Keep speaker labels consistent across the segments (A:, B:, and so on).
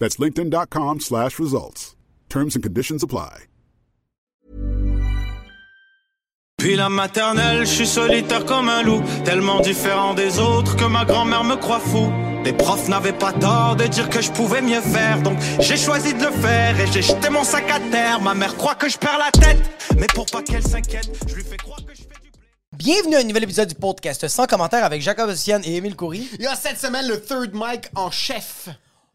A: That's linkedin.com slash results. Terms and conditions apply.
B: Puis la maternelle, je suis solitaire comme un loup, tellement différent des autres que ma grand-mère me croit fou. Les profs n'avaient pas tort de dire que je pouvais mieux faire, donc j'ai choisi de le faire et j'ai jeté mon sac à terre. Ma mère croit que je perds la tête, mais pour pas qu'elle s'inquiète, je lui fais croire que je fais du blé.
C: Bienvenue à un nouvel épisode du podcast sans commentaire avec Jacob Ossian et Émile Coury.
D: Il y a cette semaine le third mic en chef.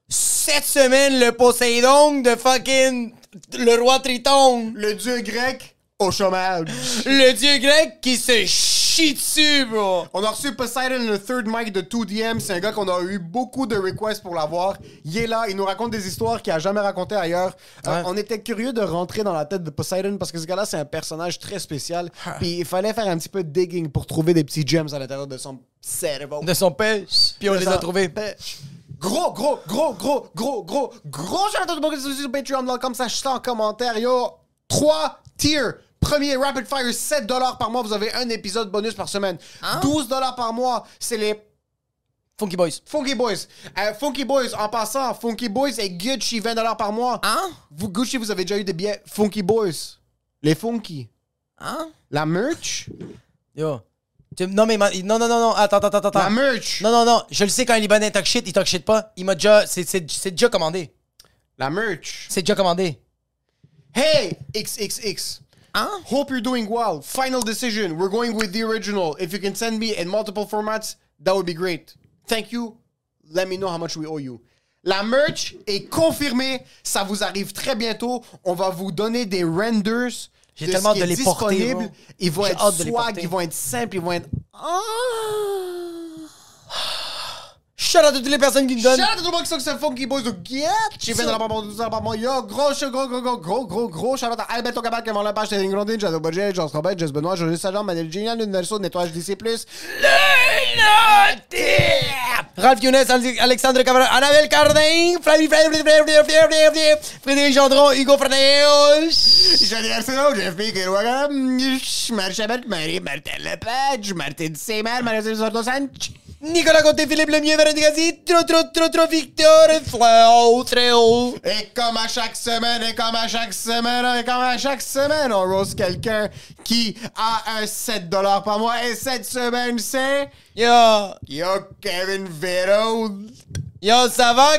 C: Cette semaine, le Poséidon de fucking le roi Triton.
D: Le dieu grec au chômage.
C: Le dieu grec qui se chie dessus, bro.
D: On a reçu Poseidon, le third mic de 2DM. C'est un gars qu'on a eu beaucoup de requests pour l'avoir. Il est là, il nous raconte des histoires qu'il a jamais racontées ailleurs. Euh,
C: Ouais.
D: on était curieux de rentrer dans la tête de Poseidon parce que ce gars-là, c'est un personnage très spécial. Puis il fallait faire un petit peu de digging pour trouver des petits gems à l'intérieur de son cerveau.
C: De son pêche, puis on les a trouvés.
D: Gros, gros, gros, gros, gros, gros, gros shout out beaucoup de sur Patreon, là, comme ça, je en commentaire, yo. Trois tiers. Premier, Rapid Fire, 7$ par mois, vous avez un épisode bonus par semaine.
C: Hein?
D: 12$ par mois, c'est les
C: Funky Boys.
D: Funky Boys. Euh, Funky Boys, en passant, Funky Boys et Gucci, 20$ par mois.
C: Hein?
D: Vous, Gucci, vous avez déjà eu des billets Funky Boys. Les Funky.
C: Hein?
D: La merch?
C: Yo. Tu- Non, mais. ma- Non, non, non, non. Attends, attends, attends,
D: La
C: attends.
D: merch.
C: Non, non, non. Je le sais quand un Libanais talk shit, il talk shit pas. Il m'a déjà. C'est c'est- c'est déjà commandé.
D: La merch.
C: C'est déjà commandé.
D: Hey, XXX.
C: Hein?
D: Hope you're doing well. Final decision. We're going with the original. If you can send me in multiple formats, that would be great. Thank you. Let me know how much we owe you. La merch est confirmée. Ça vous arrive très bientôt. On va vous donner des renders.
C: J'ai
D: de ce
C: tellement
D: qui
C: de
D: est
C: les porter,
D: disponible.
C: bro.
D: Ils vont
C: J'ai
D: être
C: hâte de les
D: swag,
C: porter.
D: ils vont être simples, ils vont être. Ah!
C: Shout out à toutes les personnes qui nous
D: Shout
C: donnent.
D: out to the box of some funky boys who get J'ai fait de la part de la part Yo, gros, gros, gros, gros, gros, gros, gros. Shout out à Alberto Cabal qui vend la page, Teddy Grondin, Jadot Budget, Jean Strobet, Jess Benoît, José Sajan, Manel Gignan, Lune Nelson, Nettoyage DC+.
C: Ralph Younes, Ale- Alexandre Cavana, Annabelle Cardin, Flavie, Flavie, Flavie, Flavie, Flavie, Flavie, Frédéric Gendron, Hugo Fernandez.
D: Johnny Arsenault, Jeff Piquet, Wagam, Marc Chabot, Marie, Martin Lepage, Martin Seymour, Marie-José Sordo Sanchez.
C: Nicolas Côté, Philippe Lemieux, Véronique Aziz, Tro, Tro, Tro, Tro, Victor, Fléau, Tréau.
D: Et comme à chaque semaine, et comme à chaque semaine, et comme à chaque semaine, on rose quelqu'un qui a un 7$ par mois. Et cette semaine, c'est...
C: Yo,
D: Yo, Kevin Vero.
C: yo, ça va?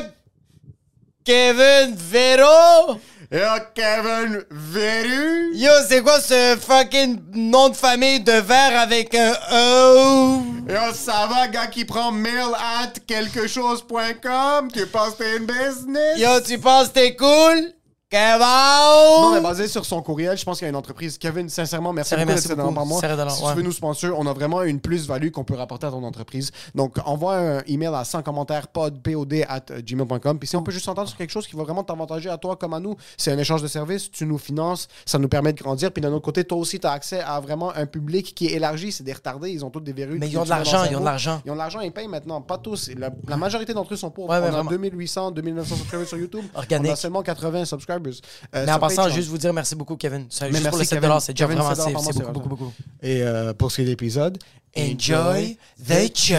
C: Kevin Véro?
D: Yo, Kevin Veru.
C: Yo, c'est quoi ce fucking nom de famille de verre avec un O?
D: Yo, ça va, gars qui prend mail at quelque chose.com. Tu penses que t'es une business?
C: Yo, tu penses t'es cool?
D: Non,
C: Kevin?
D: mais basé sur son courriel, je pense qu'il y a une entreprise. Kevin, sincèrement, merci
C: Sérieux,
D: beaucoup de
C: merci
D: cet
C: beaucoup.
D: énorme par mois.
C: Sérieux, dollar,
D: Si
C: ouais.
D: tu veux nous sponsor, on a vraiment une plus-value qu'on peut rapporter à ton entreprise. Donc, envoie un email à 100 commentaires pod, pod at euh, gmail.com. Puis si on peut juste s'entendre sur quelque chose qui va vraiment t'avantager à toi comme à nous, c'est un échange de services, tu nous finances, ça nous permet de grandir. Puis d'un autre côté, toi aussi, tu as accès à vraiment un public qui est élargi. C'est des retardés, ils ont tous des verrues.
C: Mais
D: qui
C: ils ont de
D: tuent dans leur
C: l'argent, ils ont
D: cerveau.
C: de l'argent.
D: Ils ont de l'argent, ils payent maintenant. Pas tous. La, la majorité d'entre eux sont pauvres.
C: Ouais, ouais,
D: on a
C: vraiment.
D: 2800, 2900 subscribers sur YouTube.
C: Organique.
D: On a seulement 80 subscribers. subscribers. Euh,
C: Mais en
D: sur
C: passant,
D: Patreon.
C: juste vous dire merci beaucoup, Kevin. C'est
D: Mais
C: juste pour le
D: merci,
C: 7
D: Kevin.
C: c'est déjà
D: Kevin,
C: vraiment
D: $7
C: safe.
D: par mois,
C: C'est
D: c'est
C: beaucoup, beaucoup, beaucoup.
D: Et euh, pour ce qui est de l'épisode,
C: Enjoy the show.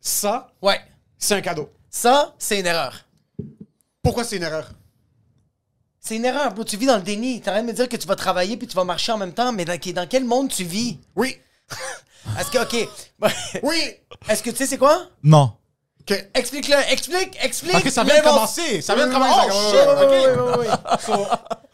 D: ça,
C: Ouais.
D: c'est un cadeau.
C: Ça, c'est une erreur.
D: Pourquoi c'est une erreur?
C: C'est une erreur, bro. Tu vis dans le déni. T'es en train de me dire que tu vas travailler puis tu vas marcher en même temps, mais dans, dans quel monde tu vis?
D: Oui!
C: Est-ce que, OK.
D: Oui!
C: Est-ce que tu sais c'est quoi?
E: Non.
D: OK.
C: Explique-le, explique, explique.
E: Parce que ça vient de
C: Lève en-
E: commencer. Ça vient de
D: Oui, oui,
E: commencer.
D: oui,
E: Oh,
D: oui, oui, oui, oui,
E: shit, ok.
D: oui, oui. So,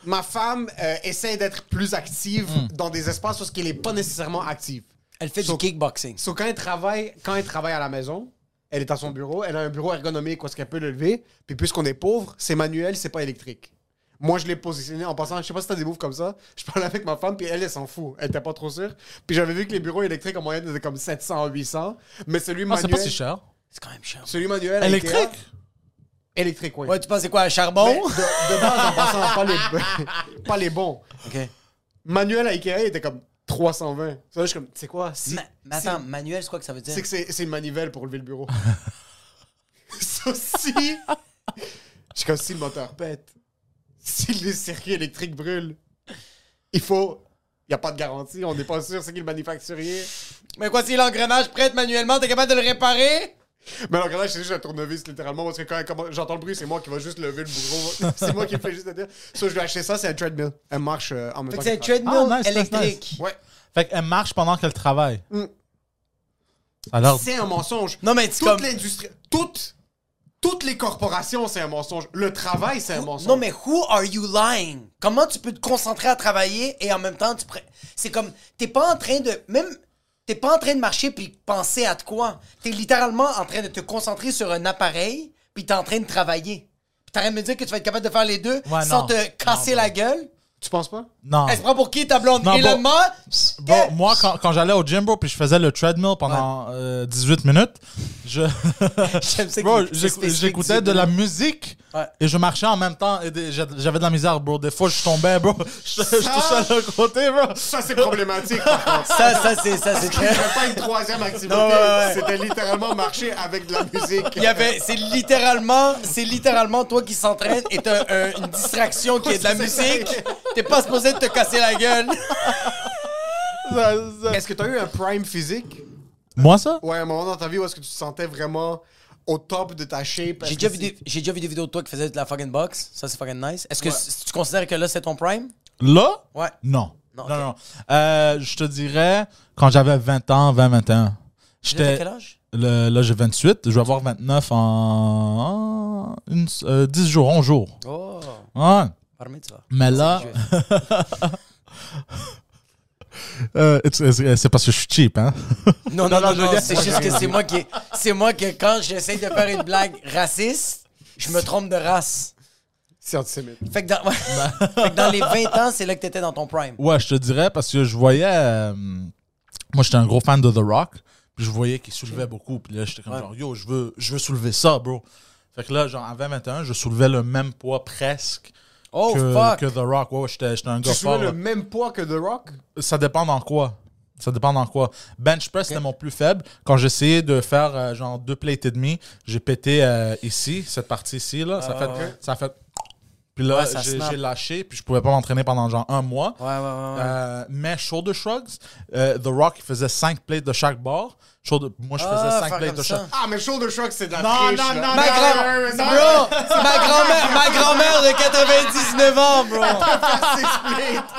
D: ma femme euh, essaie d'être plus active
E: Hmm.
D: dans des espaces où elle n'est pas nécessairement active.
C: Elle fait du
D: So-
C: kickboxing.
D: So, quand elle travaille, quand elle travaille à la maison, elle est à son bureau, elle a un bureau ergonomique où est-ce qu'elle peut le lever. Puis puisqu'on est pauvre, c'est manuel, c'est pas électrique. Moi, je l'ai positionné en passant. Je sais pas si t'as des moves comme ça. Je parlais avec ma femme, puis elle, elle s'en fout. Elle était pas trop sûre. Puis j'avais vu que les bureaux électriques en moyenne étaient comme 700, 800. Mais celui
E: Ah,
D: manuel.
E: c'est pas si cher.
C: C'est quand même chiant.
D: Celui manuel. à
E: Électrique?
D: Ikea, Électrique, oui.
C: Ouais, tu penses c'est quoi, un
D: Mais
C: charbon?
D: de, de base, en passant, pas les, pas les bons.
C: OK.
D: Manuel à Ikea il était comme 320. Ça, je suis comme, tu sais quoi? Si,
C: Ma- mais attends, manuel, c'est quoi que ça veut dire?
D: c'est que c'est c'est une manivelle pour lever le bureau. ça aussi. Je suis comme si le moteur pète, si les circuits électriques brûlent, il faut. Il n'y a pas de garantie, on n'est pas sûr c'est qui le manufacturier.
C: Mais quoi, si l'engrenage prête manuellement, t'es capable de le réparer?
D: Mais alors, quand là, c'est juste un tournevis, littéralement, parce que quand, quand j'entends le bruit, c'est moi qui va juste lever le bureau. c'est moi qui fais juste à dire. Ça, je vais acheter ça, c'est un treadmill. Elle marche euh, en même
C: Fait
D: temps.
C: que c'est un
D: qu'elle travaille.
C: treadmill
E: Ah, nice, nice,
C: électrique.
E: nice.
D: Ouais.
E: Fait qu'elle marche pendant qu'elle travaille.
D: Mm.
E: Alors,
D: C'est un mensonge.
C: Oh. Non, mais c'est
D: toute
C: comme-
D: l'industrie, toutes, toutes les corporations, c'est un mensonge. Le travail, c'est un mensonge.
C: Non, mais who are you lying? Comment tu peux te concentrer à travailler et en même temps, tu pre- c'est comme, t'es pas en train de, même, t'es pas en train de marcher puis penser à de quoi. T'es littéralement en train de te concentrer sur un appareil puis t'es en train de travailler. Puis t'es en train de me dire que tu vas être capable de faire les deux
E: Ouais,
C: sans
E: non.
C: te casser
E: Non,
C: la gueule?
D: tu penses pas
E: non.
C: Elle se prend pour qui, ta blonde?
E: Non,
C: Et le
E: bon-
C: mort?
E: Bro, moi, quand, quand j'allais au gym, bro, puis je faisais le treadmill pendant euh, 18 minutes, je...
C: J'aime ça que
E: Bro,
C: c'est
E: j'éc-
C: spécifique,
E: j'écoutais de la
C: 18
E: musique
C: Ouais.
E: et je marchais en même temps et des- j'a- j'avais de la misère, bro. Des fois, je tombais, bro. Je, je touchais le côté, bro.
D: Ça, c'est problématique. par contre.
C: Ça, ça, c'est, ça, c'est
D: Il n'y
C: très.
D: avait pas une troisième activité.
C: Non, ouais, ouais.
D: C'était littéralement marcher avec de la musique.
C: Il y avait, c'est littéralement, c'est littéralement toi qui s'entraînes et t'as euh, une distraction qui est de la
D: Ouais, c'est
C: musique.
D: ça.
C: T'es pas supposé de te casser la gueule.
D: Est-ce que tu as eu un prime physique
E: Moi, ça?
D: Ouais, à un moment dans ta vie où est-ce que tu te sentais vraiment au top de ta shape Est-ce
C: J'ai
D: que
C: déjà, vu
D: c'est-
C: des, j'ai déjà vu des vidéos de toi qui faisaient de la fucking box. Ça, c'est fucking nice. Est-ce que c- tu considères que là, c'est ton prime?
E: Là?
C: Ouais.
E: Non.
C: Non,
E: Non,
C: ok.
E: non, Euh, je te dirais, quand j'avais 20 ans, 20, 21,
C: Là, t'as
E: j'étais...
C: quel âge?
E: Le- là, j'ai 28. Je vais avoir 29 en... en une- euh, 10 jours, 11 jours.
C: Oh,
E: Ouais.
C: parmi toi.
E: Mais là... Euh, it's- it's- c'est parce que je suis cheap, hein?
C: Non, non, non,
E: je
C: non,
E: veux
C: c'est
E: dire-
C: juste que c'est moi qui, c'est moi que quand j'essaie de faire une blague raciste, je me trompe de race.
D: C'est antisémite.
C: Fait que dans, fait que dans les 20 ans, c'est là que t'étais dans ton prime.
E: Ouais, je te dirais parce que je voyais. euh, moi, j'étais un gros fan de The Rock. Puis je voyais qu'il soulevait beaucoup. Puis là, j'étais comme
C: Ouais.
E: genre, yo, je veux, je veux soulever ça, bro. Fait que là, genre, en 2021, je soulevais le même poids presque
C: Oh,
E: que,
C: fuck!
E: que The Rock. Ouais, ouais, j'étais j'étais un
D: Tu
E: gars fort.
D: soulevais le
E: là.
D: même poids que The Rock
E: Ça dépend dans quoi. Ça dépend dans quoi. Bench press, c'était mon plus faible. Quand j'essayais de faire euh, genre deux plates et demi, j'ai pété euh, ici, cette partie ici, là. ça, fait, ça fait. Puis là,
C: Ah, Ouais, ça
E: j'ai
C: snap.
E: j'ai lâché, puis je pouvais pas m'entraîner pendant genre un mois.
C: Ouais, ouais, ouais. ouais.
E: Euh, mais Shoulder Shrugs, euh, The Rock il faisait 5 plates de chaque bord. Shoulder- moi, je
C: Ah,
E: faisais 5
C: faire
E: plates
C: comme
E: de
C: ça.
E: chaque.
D: Ah, mais Shoulder Shrug, c'est de la
E: Non,
D: triche,
E: non,
D: là.
E: non,
C: Ma,
E: non,
C: grand-
D: ouais, ouais, ça-
C: bro, ma grand-mère ma grand-mère de 99 ans, bro.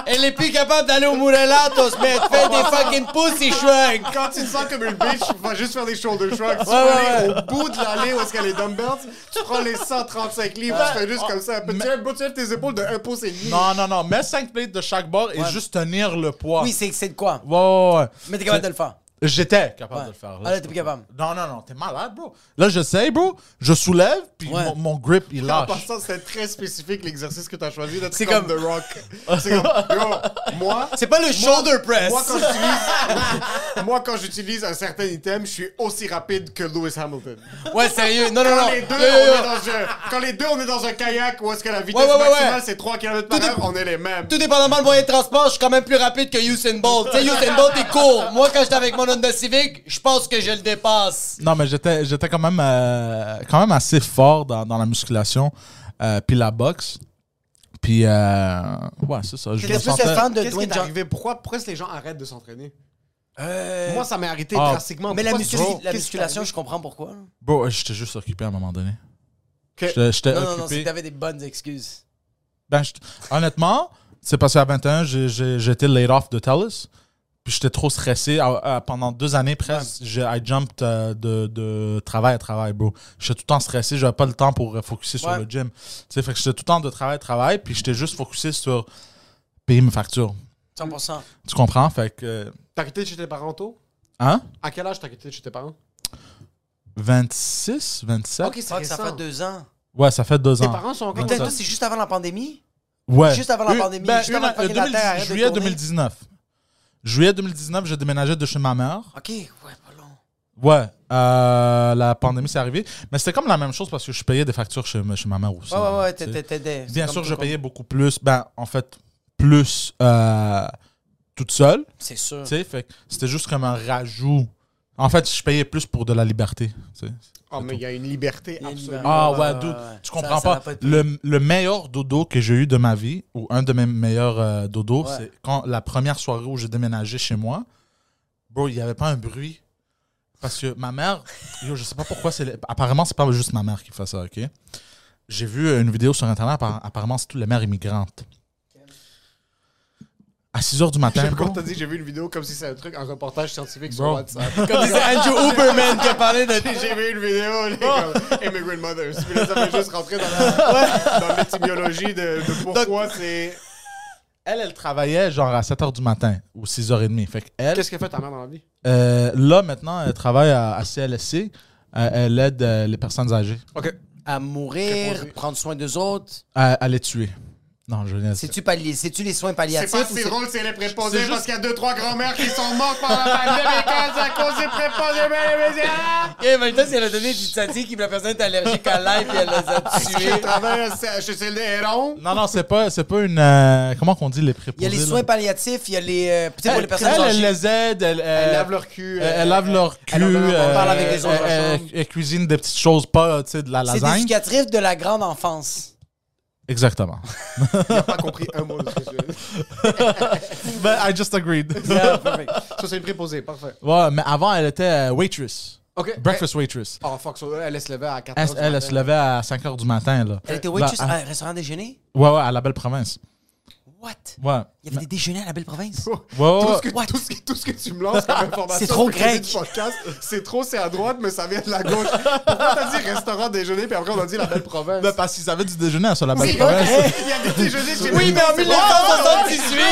C: Elle est plus capable d'aller au Mourelatos, mais elle te fait des fucking pussy shrug.
D: Quand tu te sens comme une bitch, va juste faire des shoulder shrugs. Tu
C: Ouais,
D: vas
C: ouais,
D: aller
C: ouais.
D: au bout de l'allée où est-ce qu'il y a les dumbbells, tu prends les 135 livres, tu fais juste comme ça. Un peu, tu lèves- tu lèves tes épaules de un pouce et demi.
E: Non, non, non, mais 5 plates de chaque bord et juste tenir le poids.
C: Oui, c'est c'est de quoi?
E: Ouais, ouais, ouais.
C: Mais t'es capable de le faire.
E: J'étais capable
C: Ouais.
E: de le faire.
C: Ah, là,
E: je
C: t'es
E: peux
C: plus capable.
E: Non, non, non, t'es malade, bro. Là, j'essaye, bro. Je soulève, puis
C: Ouais.
E: mon, mon grip, il
D: En
E: lâche.
D: passant, c'était très spécifique l'exercice que t'as choisi d'être
C: C'est
D: comme,
C: comme-
D: The Rock. C'est comme, yo, moi,
C: C'est pas le shoulder press.
D: moi quand j'utilise- moi, quand j'utilise un certain item, je suis aussi rapide que Lewis Hamilton.
C: Ouais, sérieux. Non, non,
D: Quand
C: non.
D: les, deux,
C: Yo, yo,
D: on
C: yo.
D: est dans un, quand les deux, on est dans un kayak où est-ce que la vitesse
C: Ouais, ouais, ouais,
D: maximale
C: ouais.
D: c'est 3 km par
C: Tout est-
D: heure, on est les mêmes.
C: Tout dépendamment du moyen de transport, je suis quand même plus rapide que Usain Bolt. Tu sais, Usain Bolt est court. Moi, quand j'étais avec mon Honda Civic, je pense que je le dépasse.
E: Non, mais j'étais, j'étais quand, même, euh, quand même assez fort dans, dans la musculation, euh, puis la boxe. Puis, euh, ouais, c'est ça. Je me
C: Qu'est-ce que
E: sentais-
C: c'est fan de
D: Qu'est-ce qui
C: Dwayne
D: est
C: Johnson?
D: arrivé? Pourquoi, pourquoi est-ce que les gens arrêtent de s'entraîner?
C: Euh,
D: Moi, ça m'est arrêté
E: Ah.
D: drastiquement.
C: mais la,
D: Pourquoi-
C: muscu-
D: Bro,
C: la
D: qu'est-ce qui est
C: musculation,
D: arrivé?
C: je comprends pourquoi.
E: Bro, j'étais juste occupé à un moment donné.
D: Que-
E: J'étais, j'étais
C: Non,
E: occupé.
C: non, non, c'est que t'avais des bonnes excuses.
E: Ben, j't- honnêtement, c'est parce qu'à 21, j'ai- j'ai- j'étais laid off de TELUS. Puis j'étais trop stressé. À- à- pendant deux années presque, j'ai I jumped euh, de, de travail à travail, bro. J'étais tout le temps stressé. J'avais pas le temps pour euh, focuser sur
C: Ouais.
E: le gym. Tu sais, fait que j'étais tout le temps de travail à travail. Puis j'étais juste focusé sur payer mes factures.
C: 100%.
E: Tu comprends? Fait que. euh,
D: T'as arrêté de chez tes parents tôt?
E: Hein?
D: À quel âge t'as arrêté de chez tes parents?
E: 26, 27?
D: Ok, c'est
C: Fuck, ça
D: récent.
C: fait deux ans.
E: Ouais, ça fait deux
D: Tes
E: ans.
D: parents sont encore...
C: Putain, toi, c'est juste avant la pandémie?
E: Ouais.
C: Juste avant la
E: Une-
C: pandémie,
E: ben,
C: juste
E: une-
C: avant que
E: euh,
C: la Terre
E: 2010
C: arrête de
E: Juillet
C: tourner.
E: 2019. Juillet 2019, je déménageais de chez ma mère.
C: Ok, ouais, pas long.
E: Ouais, euh, la pandémie, c'est arrivé. Mais c'était comme la même chose parce que je payais des factures chez, chez ma mère aussi.
C: Ouais, ouais, ouais,
E: tu sais.
C: t'étais- t'aidais. C'est
E: Bien
C: comme
E: sûr,
C: tout
E: je
C: comme-
E: payais beaucoup plus. Ben, en fait, plus euh, toute seule.
C: C'est sûr.
E: Tu sais, fait que c'était juste comme un rajout. En fait, je payais plus pour de la liberté. tu sais.
D: Oh, mais il y a une liberté
C: y a une
D: absolument.
C: liberté.
E: Ah
C: Ouais,
E: ouais,
C: ouais,
E: dude,
C: ouais.
E: tu
C: Ça-
E: comprends
C: ça
E: pas.
C: n'a pas de prix.
E: le, le meilleur dodo que j'ai eu de ma vie, ou un de mes meilleurs euh, dodos,
C: Ouais.
E: c'est quand la première soirée où j'ai déménagé chez moi, bro, il n'y avait pas un bruit. Parce que ma mère, yo, je sais pas pourquoi, c'est le- apparemment, c'est pas juste ma mère qui fait ça, ok? J'ai vu une vidéo sur Internet, appar- apparemment, c'est toutes les mères immigrantes. À 6 h du matin,
D: J'aime
E: bro,
D: quand t'as dit, j'ai vu une vidéo comme si c'était un truc, un reportage scientifique sur
E: Bro.
D: WhatsApp.
C: Comme disait Andrew Uberman qui a parlé de.
D: J'ai vu une vidéo, les comme Immigrant Mothers. Puis là, ça fait juste rentrer dans la- dans l'étymologie de, de pourquoi c'est.
E: elle, elle travaillait genre à 7 h du matin ou 6 h 30. Fait que elle,
D: Qu'est-ce qu'elle fait ta mère dans la vie?
E: Euh, là, maintenant, elle travaille à, à CLSC. Euh, elle aide euh, les personnes âgées
D: Ok.
C: À mourir, prendre soin d'eux autres.
E: à, à les tuer. Non, je viens de
C: C'est-tu palli- c'est-tu les soins palliatifs?
D: C'est pas
C: ou
D: si drôle, c'est les préposés
E: C'est juste-
D: parce qu'il y a deux, trois grands-mères qui sont mortes pendant la pandémie quand à cause des préposés, mais les médias!
C: Et en même temps, si elle a donné du tzatziki, puis la personne est allergique à l'ail, puis elle les a
D: Je
C: tués.
D: travaille à- chez Céline Héron.
E: Non, non, c'est pas, c'est pas une. euh, comment qu'on dit les
C: Il y
E: préposés
C: a les
E: là?
C: soins palliatifs, il y a les. euh, tu sais, pour
E: elle,
C: les personnes
E: elle, elle
C: âgées.
E: les aide. Elle,
D: Elles
E: elle-
D: lavent leur cul.
E: elle- elle lave leur cul.
D: elle leur donne à manger,
E: euh,
C: parle avec les autres
E: elle-
D: dans la
E: elle-
D: chambre.
E: elle cuisine des petites choses, pas tu sais, de la
C: C'est
E: lasagne.
C: éducatif de la grande enfance.
E: Euh, Exactement.
D: J'ai pas compris un mot de ce que tu as dit.
E: But I just agreed.
C: Yeah, perfect.
D: Ça, c'est une préposée, parfait.
E: ouais, mais avant, elle était euh, waitress.
D: Ok.
E: Breakfast waitress.
D: Oh fuck, so, elle se levait à 4
E: Elle, elle, elle se levait à 5 h du matin. Là.
C: Elle était
E: Là,
C: waitress
E: à-
C: à un Ah, restaurant déjeuner?
E: ouais, ouais, à la belle province.
C: What?
E: Ouais.
C: Il y avait des déjeuners à la belle province?
E: Bah. Ouais,
D: Tout
E: ouais.
D: ce, que,
C: What?
D: tout, ce que, tout ce que tu me lances comme information
C: C'est trop
D: pour créer
C: grec.
D: du podcast, c'est trop, c'est à droite, mais ça vient de la gauche. Pourquoi t'as dit restaurant déjeuner, puis après on a dit la belle province?
E: Ben, parce qu'ils avaient du déjeuner sur la belle
D: C'est
E: province.
D: vrai. Il y a des déjeuners chez
C: Oui,
D: nous.
C: mais en
D: C'est-
C: 1978!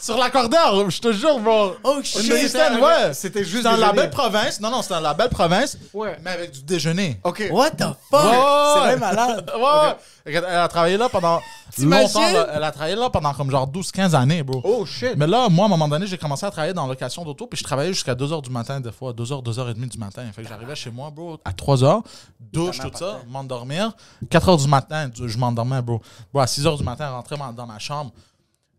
E: Sur l'accordeur, je te jure, bro.
C: Oh, shit.
E: Une Houston, ouais.
D: C'était juste
E: C'était dans la
D: déjeuner.
E: belle province. Non, non, c'était dans la belle province.
D: Ouais.
E: Mais avec du déjeuner.
D: Ok.
C: What the fuck?
E: Ouais.
C: C'est vrai malade.
E: Ouais, ouais. Elle a travaillé là pendant
C: T'imagines?
E: longtemps. là. Elle a travaillé là pendant comme genre 12-15 années, bro.
D: Oh shit.
E: Mais là, moi, à un moment donné, j'ai commencé à travailler dans la location d'auto, puis je travaillais jusqu'à 2h du matin, des fois, 2h, 2h30 du matin. Fait que j'arrivais chez moi, bro, à 3h, douche, tout ça, m'endormir. 4h du matin, du- je m'endormais, bro. Bro, à 6h du matin, elle rentrait ma- dans ma chambre.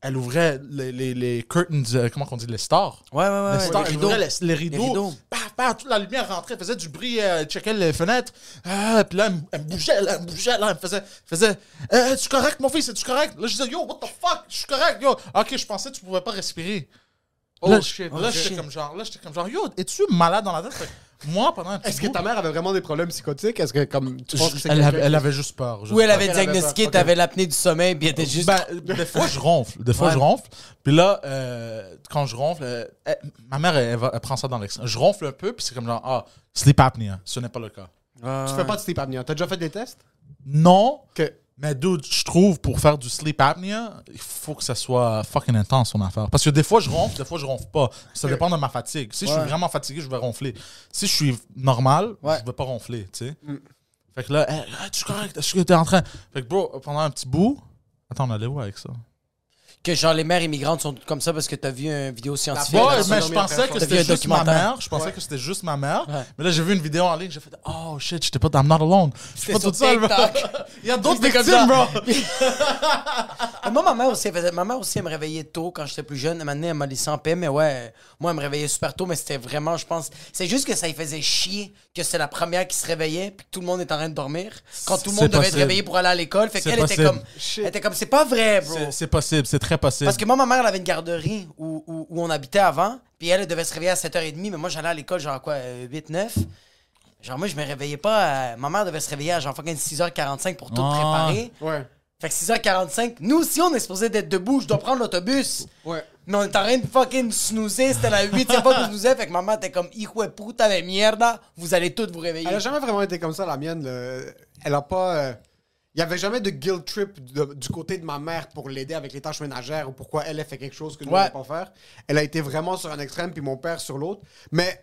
E: Elle ouvrait les, les, les curtains, euh, comment qu'on dit, les stars.
C: Ouais, ouais, ouais.
E: Les
C: ouais.
E: stars,
C: Les
E: elle
C: rideaux.
E: ouvrait les, les rideaux.
C: Les rideaux.
E: Paf, paf, toute la lumière rentrait, faisait du bruit, euh, checkait les fenêtres. Ah, puis là, elle, me- elle me bougeait, là, elle me bougeait, là, elle me faisait, faisait euh, Es-tu correct, mon fils Es-tu correct Là, je disais Yo, what the fuck Je suis correct, yo. Ok, je pensais que tu pouvais pas respirer.
D: Oh
E: là,
D: shit.
E: je- là,
C: oh,
E: j'étais
C: shit.
E: comme genre, là, j'étais comme genre, yo, es-tu malade dans la tête? Fait que moi, pendant un petit
D: Est-ce que
E: bout,
D: ta mère avait vraiment des problèmes psychotiques? Est-ce que comme tu
E: je-
D: penses que c'est
E: elle,
D: quelqu'un
E: avait,
D: qui-
E: elle avait juste peur. je
C: Où elle
E: sais
C: avait
D: Ok, elle avait
C: diagnostiqué,
D: peur. Ok.
C: t'avais l'apnée du sommeil, puis elle était juste.
E: Ben, des fois, je ronfle. Des fois,
C: Ouais.
E: je ronfle. Puis là, euh, quand je ronfle, euh, elle- ma mère, elle, va- elle prend ça dans l'extrême. Je ronfle un peu, puis c'est comme genre, ah, sleep apnea. Ce n'est pas le cas.
D: Tu fais pas de sleep apnea. T'as déjà fait des tests?
E: Non,
D: Ok.
E: mais dude, je trouve pour faire du sleep apnea, il faut que ça soit fucking intense, son affaire. Parce que des fois, je ronfle, des fois, je ronfle pas. Ça dépend de ma fatigue. Si je suis vraiment fatigué, je vais ronfler. Si je suis normal,
C: Ouais. Mm.
E: je vais pas ronfler, tu sais. Fait que là, eh, ah, hey, hey, tu es correct, est-ce que t'es en train. Fait que bro, pendant un petit bout. Attends, on allait où avec ça?
C: que genre les mères immigrantes sont toutes comme ça parce que t'as vu une vidéo scientifique.
E: Bah, Ouais,
C: là-dessus.
E: mais je pensais
C: T'as vu un
E: que c'était juste ma
C: documentaire?
E: mère. Je pensais que c'était juste ma mère.
C: Ouais.
E: Mais là, j'ai vu une vidéo en ligne. J'ai fait Oh shit, j'étais pas. I'm not alone. Je suis
C: C'était
E: pas
C: sur
E: toute seule, bro.
C: TikTok.
E: Il y a d'autres
C: C'était comme
E: victimes,
C: ça.
E: bro.
C: Ah, Moi, ma mère aussi, elle faisait- ma mère aussi, elle me réveillait tôt quand j'étais plus jeune. Maintenant, elle m'a laissé en paix, mais ouais, moi, elle me réveillait super tôt, mais c'était vraiment, je pense, c'est juste que ça lui faisait chier que c'est la première qui se réveillait, puis que tout le monde était en train de dormir. Quand tout le
E: C'est
C: monde devait se
E: possible.
C: réveiller pour aller à l'école, fait
E: C'est
C: qu'elle était
E: possible.
C: comme, elle était comme, c'est pas vrai, bro.
E: C'est- C'est possible, c'est très possible.
C: Parce que moi, ma mère, elle avait une garderie où, où, où on habitait avant, puis elle, elle devait se réveiller à 7h30, mais moi, j'allais à l'école, genre quoi, 8-9. Genre, moi, je me réveillais pas. à- Ma mère devait se réveiller à genre fucking 6h45 pour tout
E: Ah.
C: préparer.
D: Ouais.
C: Fait que 6h45, nous aussi, on est supposé d'être debout, je dois prendre l'autobus.
D: Ouais.
C: Mais on est en train de fucking snoozer, c'était la huitième fois qu'on snoozait, fait que maman était comme, hijo de puta de mierda, vous allez toutes vous réveiller.
D: Elle a jamais vraiment été comme ça, la mienne. le- Elle a pas. euh, Il y avait jamais de guilt trip de- du côté de ma mère pour l'aider avec les tâches ménagères ou pourquoi elle a fait quelque chose que nous ne
C: Ouais.
D: pas faire. Elle a été vraiment sur un extrême puis mon père sur l'autre. Mais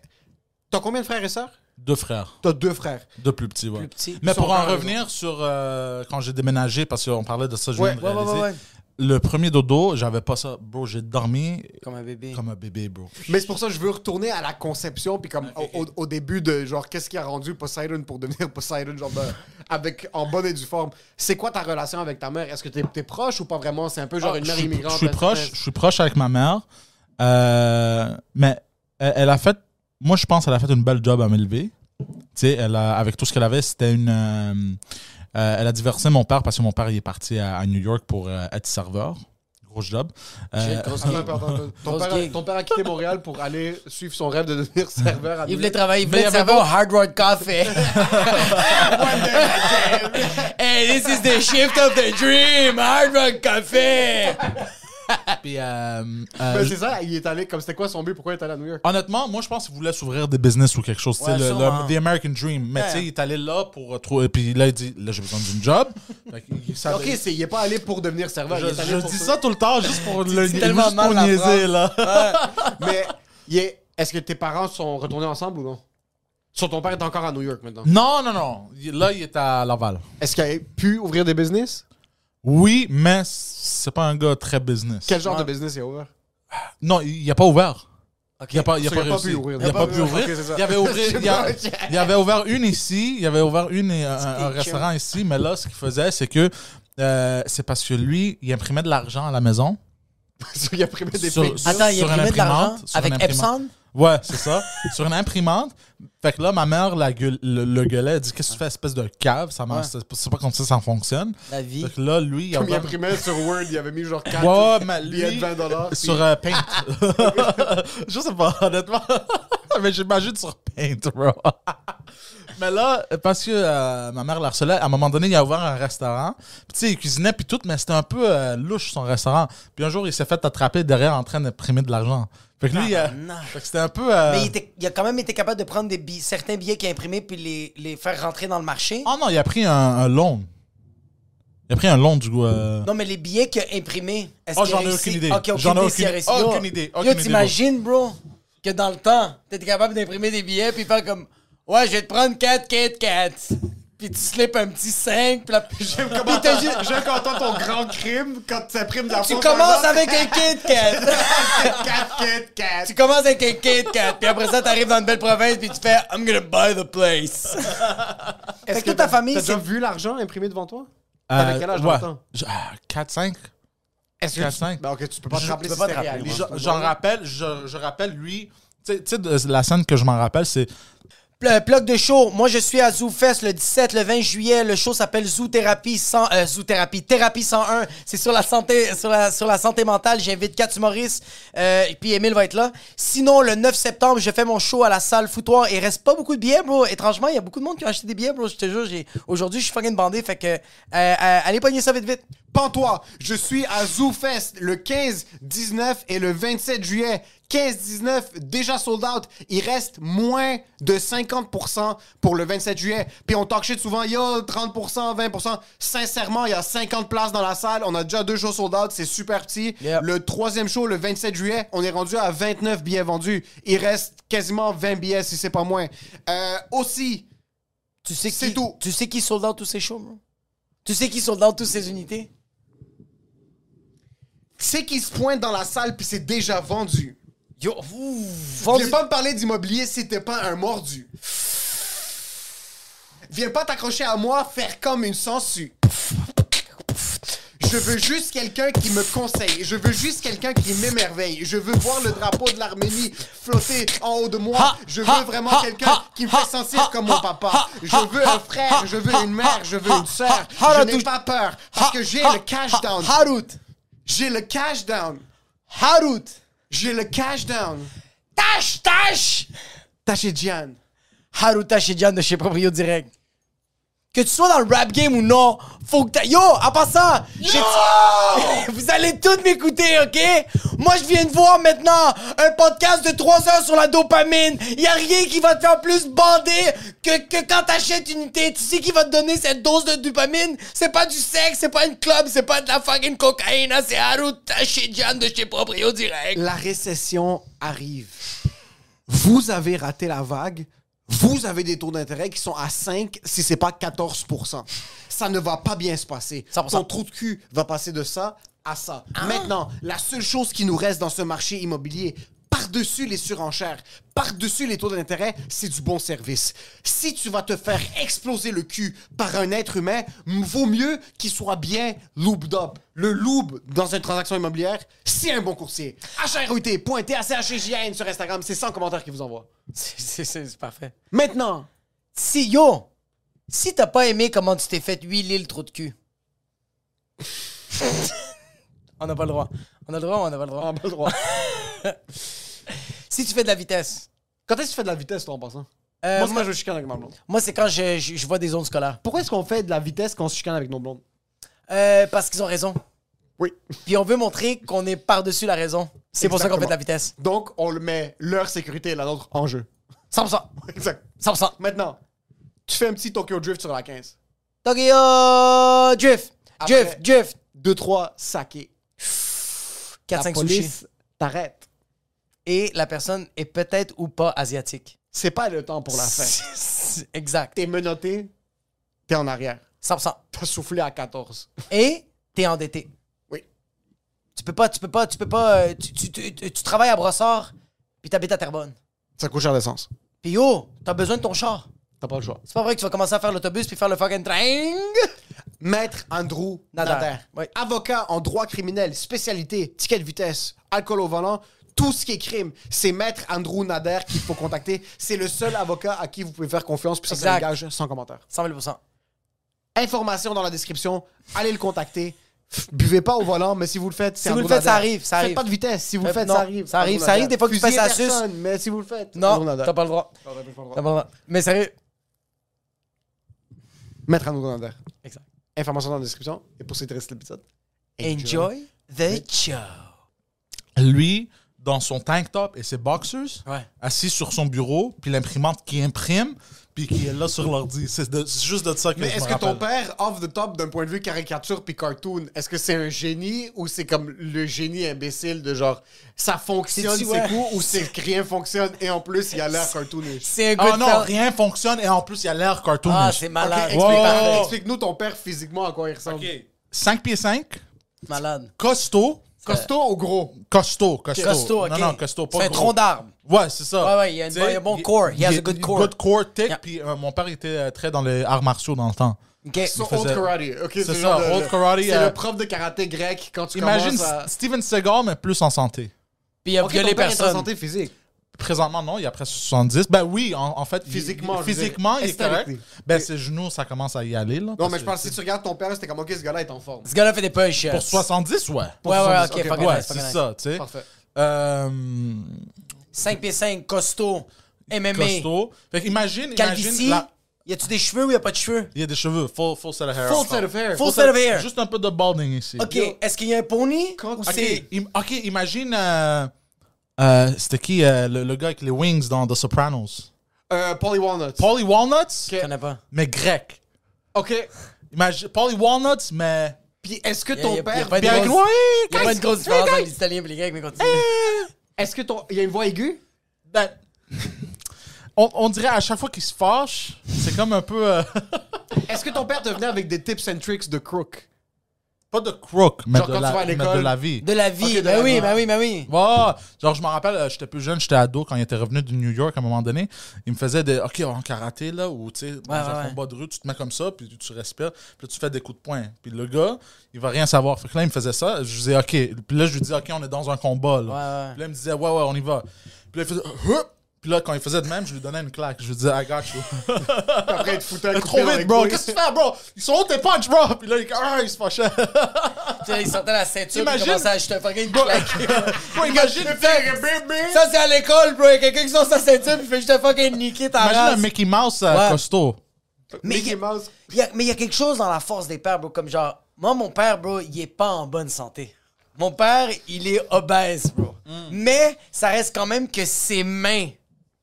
D: t'as combien de frères et sœurs
E: Deux frères.
D: T'as deux frères.
E: Deux plus petits, ouais.
C: Plus petits.
E: Mais
D: Ils sont
E: pour en
D: encore
E: revenir sur euh, quand j'ai déménagé, parce qu'on parlait de ça, je
D: Ouais,
E: viens de
C: ouais, ouais,
E: réaliser.
C: ouais, ouais.
E: Le premier dodo, j'avais pas ça. Bro, j'ai dormi
C: Comme un bébé.
E: comme un bébé, bro.
D: Mais c'est pour ça que je veux retourner à la conception puis comme
E: Ah,
D: au- au, au début de genre qu'est-ce qui a rendu Poseidon pour devenir Poseidon genre de- avec en bonne et due forme. C'est quoi ta relation avec ta mère Est-ce que t'es es proche ou pas vraiment C'est un peu genre une
E: Ah, Je
D: mère
E: suis-
D: immigrante.
E: Je suis
D: là,
E: proche,
D: c'est-
E: je suis proche avec ma mère. Euh, mais elle, elle a fait, moi je pense qu'elle a fait une belle job à m'élever. Tu sais, elle a- avec tout ce qu'elle avait, c'était une. euh, euh, elle a diversé mon père parce que mon père il est parti à, à New York pour euh, être serveur. Gros job. Euh,
C: J'ai une grosse
D: Attends, attends, attends, attends. Ton,
C: Grosse
D: père, a-
C: gig.
D: ton père a quitté Montréal pour aller suivre son rêve de devenir serveur à
C: Il
D: New
C: voulait
D: York.
C: travailler, il
E: Mais il
C: voulait
E: y avait
C: servir au Hard Rock Coffee. hey, this is the shift of the dream, Hard Rock Coffee.
E: puis, euh,
D: Ben,
E: euh,
D: c'est ça, il est allé comme c'était quoi son but Pourquoi il est allé à New York
E: Honnêtement, moi, je pense qu'il voulait s'ouvrir des business ou quelque chose. tu sais,
C: Ouais,
E: le,
C: sûrement.
E: le- the American Dream. Mais tu sais, il est allé là pour euh, trouver. Puis là, il dit Là, j'ai besoin d'une job. Ah, Fait qu'il- il savait-
D: Ok, c'est- il est pas allé pour devenir serveur.
E: je,
D: il est allé
E: je
D: pour
E: dis
D: se-
E: ça tout le temps juste pour le
C: dis tellement
E: juste
C: mal
E: pour
C: la
E: niaiser,
C: phrase.
E: là.
D: Mais il est- est-ce que tes parents sont retournés ensemble ou non Sur ton père est encore à New York maintenant.
E: Non, non, non. Il- Là, il est à Laval.
D: Est-ce qu'il a pu ouvrir des business
E: Oui, mais c'est pas un gars très business.
D: Quel genre de business il a ouvert
E: Non, il il a pas ouvert. Il a pas, il a
D: Ça,
E: pas
D: il a pas
E: réussi.
D: pu ouvrir.
E: Il a pas pu ouvrir.
D: Ok, c'est ça.
E: Il avait ouvert- il y a- il avait ouvert une ici, il avait ouvert une et un, un restaurant ici, mais là, ce qu'il faisait, c'est que euh, c'est parce que lui, il imprimait de l'argent à la maison.
D: Il a primé des
E: Sur-
D: fakes.
E: sur-
C: Attends, il
E: sur
C: imprimait
E: une
C: de l'argent
E: imprimante, sur
C: avec
E: une imprimante.
C: Epson.
E: Ouais, c'est ça. sur une imprimante. Fait que là, ma mère la gueule- le, le gueulait. Elle dit Qu'est-ce que tu fais, espèce de cave Ça marche- C'est c'est pas comme ça, ça fonctionne.
C: La vie.
E: Fait que là, lui, il a
D: Comme il
E: ouvert-
D: imprimait sur Word, il avait mis genre 4
E: Ouais, mais
D: billets
E: lui,
D: de 20 dollars.
E: sur euh, Paint. je sais pas, honnêtement. Mais j'imagine sur Paint, bro. Mais là, parce que euh, ma mère l'harcelait, à un moment donné, il a ouvert un restaurant. Puis tu sais, il cuisinait puis tout, mais c'était un peu euh, louche son restaurant. Puis un jour, il s'est fait attraper derrière en train d'imprimer de l'argent. Fait que lui,
D: Ah,
E: euh,
C: Tabarnak.
E: fait que c'était un peu. euh,
C: Mais il, était- il a quand même été capable de prendre des billets- certains billets qu'il a imprimés puis les, les faire rentrer dans le marché.
E: Oh non, il a pris un, un loan. Il a pris un loan du coup. euh,
C: Non, mais les billets qu'il a imprimés, est-ce
E: Oh,
C: qu'il a
E: j'en ai
C: réussi-
E: aucune idée.
C: Ok,
E: J'en ai
C: idée s'il a
E: aucune-
C: réussi.
E: aucune
C: Yo,
E: idée,
C: Yo,
E: aucune idée,
C: t'imagines, bro, que dans le temps, t'étais capable d'imprimer des billets puis faire comme Ouais, je vais te prendre 4, 4, 4. Puis tu slips un petit 5, puis la
D: J'aime comment j'aime quand t'as ton grand crime quand tu imprimes de la
C: Tu
D: faute à un
C: commences
D: autre.
C: avec un Kit Kat.
D: 4 4 4.
C: tu commences avec un Kit Kat. Puis après ça, t'arrives dans une belle province. Puis tu fais I'm gonna buy the place. Est-ce que ta famille.
D: T'as
C: c'est-
D: déjà vu l'argent imprimé devant toi
E: euh,
D: T'avais quel âge dans
E: ouais.
D: le temps
E: J- ah, 4-5
D: Est-ce
E: Quatre, cinq.
D: Ben, ok, tu peux pas te
E: Je-
D: rappeler
E: tu
D: si hein.
E: peux
D: c'était
E: pas te rappeler.
D: réaliste.
E: J'en- J'en rappelle, je, je rappelle lui. Tu sais- tu sais, de- la scène que je m'en rappelle, c'est.
C: Pl- euh, Plug de show. Moi, je suis à Zoo Fest le 17, le 20 juillet. Le show s'appelle Zoo Thérapie 100, euh, Zoo Thérapie, Thérapie 101. C'est sur la santé, sur la, sur la santé mentale. J'invite quatre humoristes, euh, et puis Emile va être là. Sinon, le 9 septembre, je fais mon show à la salle Foutoir. Il reste pas beaucoup de billets, bro. Étrangement, il y a beaucoup de monde qui a acheté des billets, bro. Je te jure, j'ai- aujourd'hui, je suis fucking bandé. Fait que, euh, euh, allez pogner ça vite, vite.
D: Pantois, je suis à ZooFest le 15, 19 et le 27 juillet. 15, 19, déjà sold out. Il reste moins de 50% pour le 27 juillet. Puis on talk shit souvent, il y a 30%, 20%. Sincèrement, il y a 50 places dans la salle. On a déjà deux shows sold out, c'est super petit.
C: Yep.
D: Le troisième show, le 27 juillet, on est rendu à 29 billets vendus. Il reste quasiment 20 billets, si c'est pas moins. Euh, aussi,
C: Tu sais
D: C'est
C: qui,
D: tout.
C: Tu sais qui sold out tous ces shows, bro? Tu sais qui sold out toutes ces unités?
D: c'est qu'il se pointe dans la salle puis c'est déjà vendu.
C: Yo, ouh, vendu-
D: Viens pas me parler d'immobilier si t'es pas un mordu. Viens pas t'accrocher à moi, faire comme une sangsue. Je veux juste quelqu'un qui me conseille. Je veux juste quelqu'un qui m'émerveille. Je veux voir le drapeau de l'Arménie flotter en haut de moi. Je veux vraiment quelqu'un qui me fait sentir comme mon papa. Je veux un frère, je veux une mère, je veux une sœur. Je n'ai pas peur parce que j'ai le cash down.
C: Harut.
D: J'ai le cash down.
C: Harut.
D: J'ai le cash down.
C: Tâche, tâche.
D: Taché Diane.
C: Harut Tachidjan de chez Proprio Direct. Que tu sois dans le rap game ou non, faut que t'a... Yo, en passant, j'ai- vous allez toutes m'écouter, OK? Moi, je viens de voir maintenant un podcast de 3 heures sur la dopamine. Y a rien qui va te faire plus bander que, que quand t'achètes une unité. Tu sais qui va te donner cette dose de dopamine? C'est pas du sexe, c'est pas une club, c'est pas de la fucking cocaïne, hein, c'est Harut Tachidjan de chez Proprio Direct.
D: la récession arrive. Vous avez raté la vague. Vous avez des taux d'intérêt qui sont à 5, si c'est pas 14 Ça ne va pas bien se passer.
C: 100%.
D: Ton trou de cul va passer de ça à ça.
C: Ah.
D: Maintenant, la seule chose qui nous reste dans ce marché immobilier, par-dessus les surenchères, par-dessus les taux d'intérêt, c'est du bon service. Si tu vas te faire exploser le cul par un être humain, m- vaut mieux qu'il soit bien looped up. Le loob dans une transaction immobilière, c'est un bon coursier. HRUT, pointé à CHGN sur Instagram, c'est 100 commentaires qui vous envoie.
C: C'est parfait.
D: Maintenant,
C: Si, yo, si t'as pas aimé comment tu t'es fait huiler le trou de cul. on n'a pas le droit. On a le droit ou on n'a pas le droit?
D: on n'a Ah, pas le droit.
C: Si tu fais de la vitesse.
D: Quand est-ce que tu fais de la vitesse, toi, en passant?
C: Euh, moi,
D: moi, c'est quand je chicane avec ma blonde.
C: moi, c'est quand je, je- je vois des zones scolaires.
D: Pourquoi est-ce qu'on fait de la vitesse quand on se chicane avec nos blondes?
C: Euh, parce qu'ils ont raison.
D: Oui.
C: Puis on veut montrer qu'on est par-dessus la raison. C'est pour ça qu'on fait de la
D: Exactement.
C: vitesse.
D: Donc, on le met leur sécurité et la nôtre en jeu.
C: 100%.
D: Exact.
C: 100%.
D: Maintenant, tu fais un petit Tokyo Drift sur la 15.
C: Tokyo Drift.
D: Après-
C: Drift, Drift.
D: 2-3 saké.
C: 4, 5 sushis.
D: t'arrête.
C: Et la personne est peut-être ou pas asiatique.
D: C'est pas le temps pour la fin.
C: exact.
D: T'es menotté, t'es en arrière.
C: 100%.
D: T'as soufflé à 14.
C: et t'es endetté.
D: Oui.
C: Tu peux pas, tu peux pas, tu peux pas. euh, Tu, tu- tu- tu- tu travailles à Brossard, puis t'habites à Terrebonne.
D: Ça coûte cher d'essence.
C: Puis yo, t'as besoin de ton char.
D: T'as pas le choix.
C: C'est pas vrai que tu vas commencer à faire l'autobus puis faire le fucking train.
D: Maître Andrew
C: Nader.
D: Nader.
C: Oui.
D: Avocat en droit criminel, spécialité, ticket de vitesse, alcool au volant, tout ce qui est crime, c'est Maître Andrew Nader qu'il faut contacter. C'est le seul avocat à qui vous pouvez faire confiance, puis ça, c'est un
C: Exact.
D: gage sans commentaire.
C: 100 000
D: Information dans la description, allez le contacter. Pff, Buvez pas au volant, mais si vous le faites,
C: Si
D: c'est
C: vous
D: Andrew
C: le faites, ça
D: Nader.
C: arrive, ça
D: Faites
C: arrive.
D: pas de vitesse, si vous le
C: Faites-
D: faites,
C: non,
D: ça arrive.
C: ça arrive,
D: Andrew
C: ça arrive,
D: Nader.
C: des fois que tu
D: Fusillez
C: passes à la
D: personne, Mais si vous le faites, Andrew
C: Non,
D: Nader.
C: t'as pas le droit. T'as pas le droit. Mais sérieux.
D: Maître Andrew Nader.
C: Exact.
D: Information dans la description, et pour ceux qui restent l'épisode.
C: Enjoy the show.
E: Lui, dans son tank top et ses boxers,
C: Ouais.
E: assis sur son bureau, puis l'imprimante qui imprime, puis qui est là sur l'ordi. C'est de- c'est juste de ça que
D: Mais
E: je
D: est-ce
E: me
D: que ton
E: rappelle.
D: père, off the top, d'un point de vue caricature puis cartoon, est-ce que c'est un génie ou c'est comme le génie imbécile de genre ça fonctionne,
C: C'est-tu,
D: c'est
C: ouais.
D: cool, ou c'est que rien fonctionne et en plus il a l'air cartoonish?
C: C'est un
E: Ah
C: good
E: non,
C: fella.
E: rien fonctionne et en plus, il a l'air cartoonish.
C: Ah, c'est
D: Ok,
C: malade.
D: explique-
E: Ouais, ouais, ouais.
D: Explique-nous ton père physiquement à quoi il ressemble.
E: 5 pieds 5,
C: Malade.
E: costaud,
D: Costaud ou gros?
E: costaud, costaud.
C: Costaud, ok.
E: Non, non, costaud, pas
C: C'est un
E: gros.
C: tronc d'arbre.
E: Ouais, c'est ça.
C: Ouais, ouais, il y a une
E: Tu sais,
C: bonne- un bon core. He has a
E: il-
C: good
E: il-
C: core.
E: Good core, thick.
C: Yeah.
E: Puis euh, mon père était euh, très dans les arts martiaux dans le temps.
C: Ok.
D: So
E: faisait-
D: old karate. ok,
E: C'est
D: le
E: ça,
D: genre de-
E: old karate,
D: C'est
E: euh,
D: le prof de karaté grec quand tu
E: Imagine
D: commences à...
E: S- Steven Seagal, mais plus en santé.
C: Puis il a
D: Ok,
C: violé
D: ton père est en
C: personne.
D: santé physique.
E: Présentement, non, il a presque 70. Ben oui, en, en fait, il-
D: Physiquement, je veux
E: physiquement
D: dire.
E: il est correct.
D: Aesthetically.
E: Ben ses genoux, ça commence à y aller. Là,
D: Non,
E: parce
D: mais je
E: que-
D: pense que si tu regardes ton père, c'était comme, ok, ce gars-là est en forme.
C: Ce gars-là fait des punches.
E: Pour 70, ouais.
C: Ouais, ouais,
D: 70,
C: ok,
D: ok,
C: fucking
E: ouais,
C: nice,
E: c'est
C: fucking nice.
E: ça, tu sais.
D: Parfait.
E: Euh,
C: 5 pieds 5, costaud, MMA.
E: costaud. Fait qu'imagine,
C: Calvitie.
E: imagine. la-
C: Y a-tu des cheveux ou y a pas de cheveux?
E: Il y a des cheveux, full, full set of hair.
D: Full set of hair.
C: Full set of hair.
E: Juste un peu de balding ici.
C: Ok, est-ce qu'il y a un pony?
D: Quand-
C: Ou
E: Ok,
C: c'est.
E: im- ok, imagine. euh, euh, C'était qui euh, le, le gars avec les wings dans The Sopranos?
D: Euh, Polly Walnut.
E: Paulie Walnuts,
C: Je connais pas.
E: mais grec.
D: Ok.
E: Imagine, Paulie Walnuts, mais.
D: Puis est-ce que
C: Y a-
D: ton
C: y a- y a
D: père.
C: pas de
D: Puis avec
C: grosse-
D: moi,
C: Y a pas une grosse différence entre
D: Hey,
C: les Italiens et les Grecs, mais continue.
D: Est-ce que ton. Il y a une voix aiguë?
E: Eh! Ben, on, on dirait à chaque fois qu'il se fâche, c'est comme un peu. euh,
D: Est-ce que ton père te venait avec des tips and tricks de crook?
E: Pas de crook, mais,
D: Genre
E: de
D: quand tu vas
E: la,
D: à
E: mais
D: l'école.
E: de la vie.
C: De la vie.
D: Ok, de
C: ben
D: la
C: oui,
D: vie.
C: ben oui, ben oui.
E: Ouais, genre, je me rappelle, euh, j'étais plus jeune, j'étais ado quand il était revenu de New York à un moment donné. Il me faisait des OK, en karaté, là, ou tu sais, dans
C: Ouais,
E: un
C: ouais,
E: combat de rue, tu te mets comme ça, puis tu respires, puis là, tu fais des coups de poing. Puis le gars, il va rien savoir. Fait que là, il me faisait ça. Je disais, OK. Puis là, je lui disais, OK, on est dans un combat,
C: Ouais,
E: là.
C: ouais.
E: Puis là, il me disait, ouais, ouais, on y va. Puis là, il faisait, Hup! Puis là, quand il faisait de même, je lui donnais une claque. Je lui disais, I got you.
D: Après, il te foutait un coup de
E: Trop
D: pied dans les
E: vite, bro.
D: couilles.
E: Qu'est-ce que tu fais, bro? Ils sont hauts tes punches, bro. Puis là, il, ah, il se fâchait.
C: Tu sais, il sortait la ceinture, il
E: T'imagines?
C: commençait à acheter un fucking claque.
E: Bro, imagine.
C: Ça, c'est à l'école, bro. Il y a quelqu'un qui sort sa ceinture, puis il fait juste un fucking niquer ta
E: Imagine un
C: race.
E: Mickey Mouse euh,
C: Ouais.
E: costaud.
C: Mais il y
D: Mickey
C: a-
D: Mouse.
C: il y a- mais il y a quelque chose dans la force des pères, bro. Comme genre, moi, mon père, bro, il est pas en bonne santé. Mon père, il est obèse, bro.
D: Mm.
C: Mais ça reste quand même que ses mains.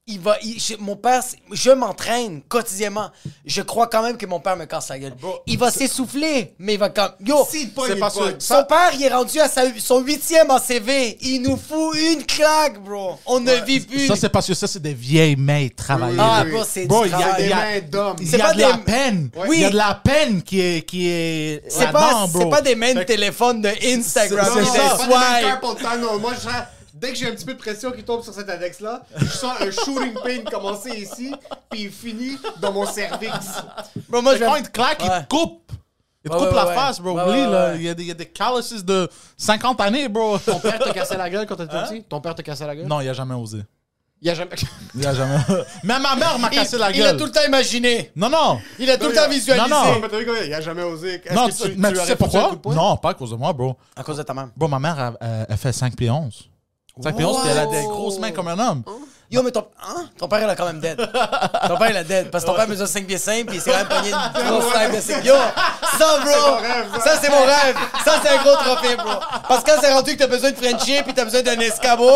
C: Il va, il- je- mon père, c'est- je m'entraîne quotidiennement. Je crois quand même que mon père me casse la gueule.
E: Bro,
C: il va s'essouffler, mais il va quand Yo,
D: Si,
E: C'est
D: il
E: parce
D: pogne.
E: que-
C: son père, il est rendu à sa- son huitième en CV. Il nous fout une claque, bro. On ne vit plus.
E: Ça, c'est parce que ça, c'est des vieilles mains travaillées.
C: ah,
D: oui,
C: bro,
D: oui.
C: c'est
E: Bro,
C: du
E: il y a,
C: travail.
E: il y
D: Des
E: a-
D: mains d'hommes.
E: il y
C: C'est
E: a
C: pas
E: de la
C: des-
E: peine.
C: Oui.
E: Il y a de la peine qui est, qui est
C: C'est
E: là-dedans,
C: pas,
E: bro.
C: c'est pas des mains de
E: Fait que-
C: téléphone de Instagram.
E: c'est
C: C'est ça.
E: ça. Pas
D: des
C: Swipe.
D: Carpal tunnel. Moi, je sens- dès que j'ai un petit peu de pression qui tombe sur cet index-là, je sens un shooting pain commencer ici, puis il finit dans mon cervix.
C: Bro, moi, je
E: Quand
C: vais-
E: il te claque, il
C: Ouais.
E: te coupe. Il te
C: Ouais,
E: coupe
C: ouais,
E: la
C: ouais.
E: face, bro.
C: Ouais,
E: Oublie,
C: ouais,
E: là.
C: ouais.
E: Il y, a des- il y a des calluses de 50 années, bro.
D: Ton père t'a cassé la gueule quand t'étais
C: Hein?
D: petit? Ton père t'a cassé la gueule?
E: non, il a jamais osé.
D: Il a jamais...
E: Il a jamais. Même ma mère m'a cassé
C: il,
E: la
C: il a
E: gueule.
C: tout le temps imaginé.
E: Non, non.
C: Il a tout le temps visualisé.
E: Non, non.
D: il a jamais osé. Est-ce
E: Non,
D: que
E: tu- mais tu
D: aurais foutu
E: sais
D: un
E: pourquoi?
D: coup de poing?
E: Non, pas à cause de moi, bro.
C: À cause de ta mère.
E: Bro, ma mère, elle, elle- elle fait 5 pieds 11. 5 pieds 11, puis elle a des
C: Oh.
E: grosses mains comme un homme.
C: Yo, mais ton, hein? ton père, il a quand même dead. ton père, il a dead. Parce que ton père mesure 5 pieds 5 puis il s'est quand même pogné une grosse live de 5 Yo, ça, bro.
D: rêve,
C: Ça, c'est mon rêve. Ça, c'est un gros trophée, bro. Parce que quand c'est rendu que t'as besoin de friendship puis t'as besoin d'un escabeau,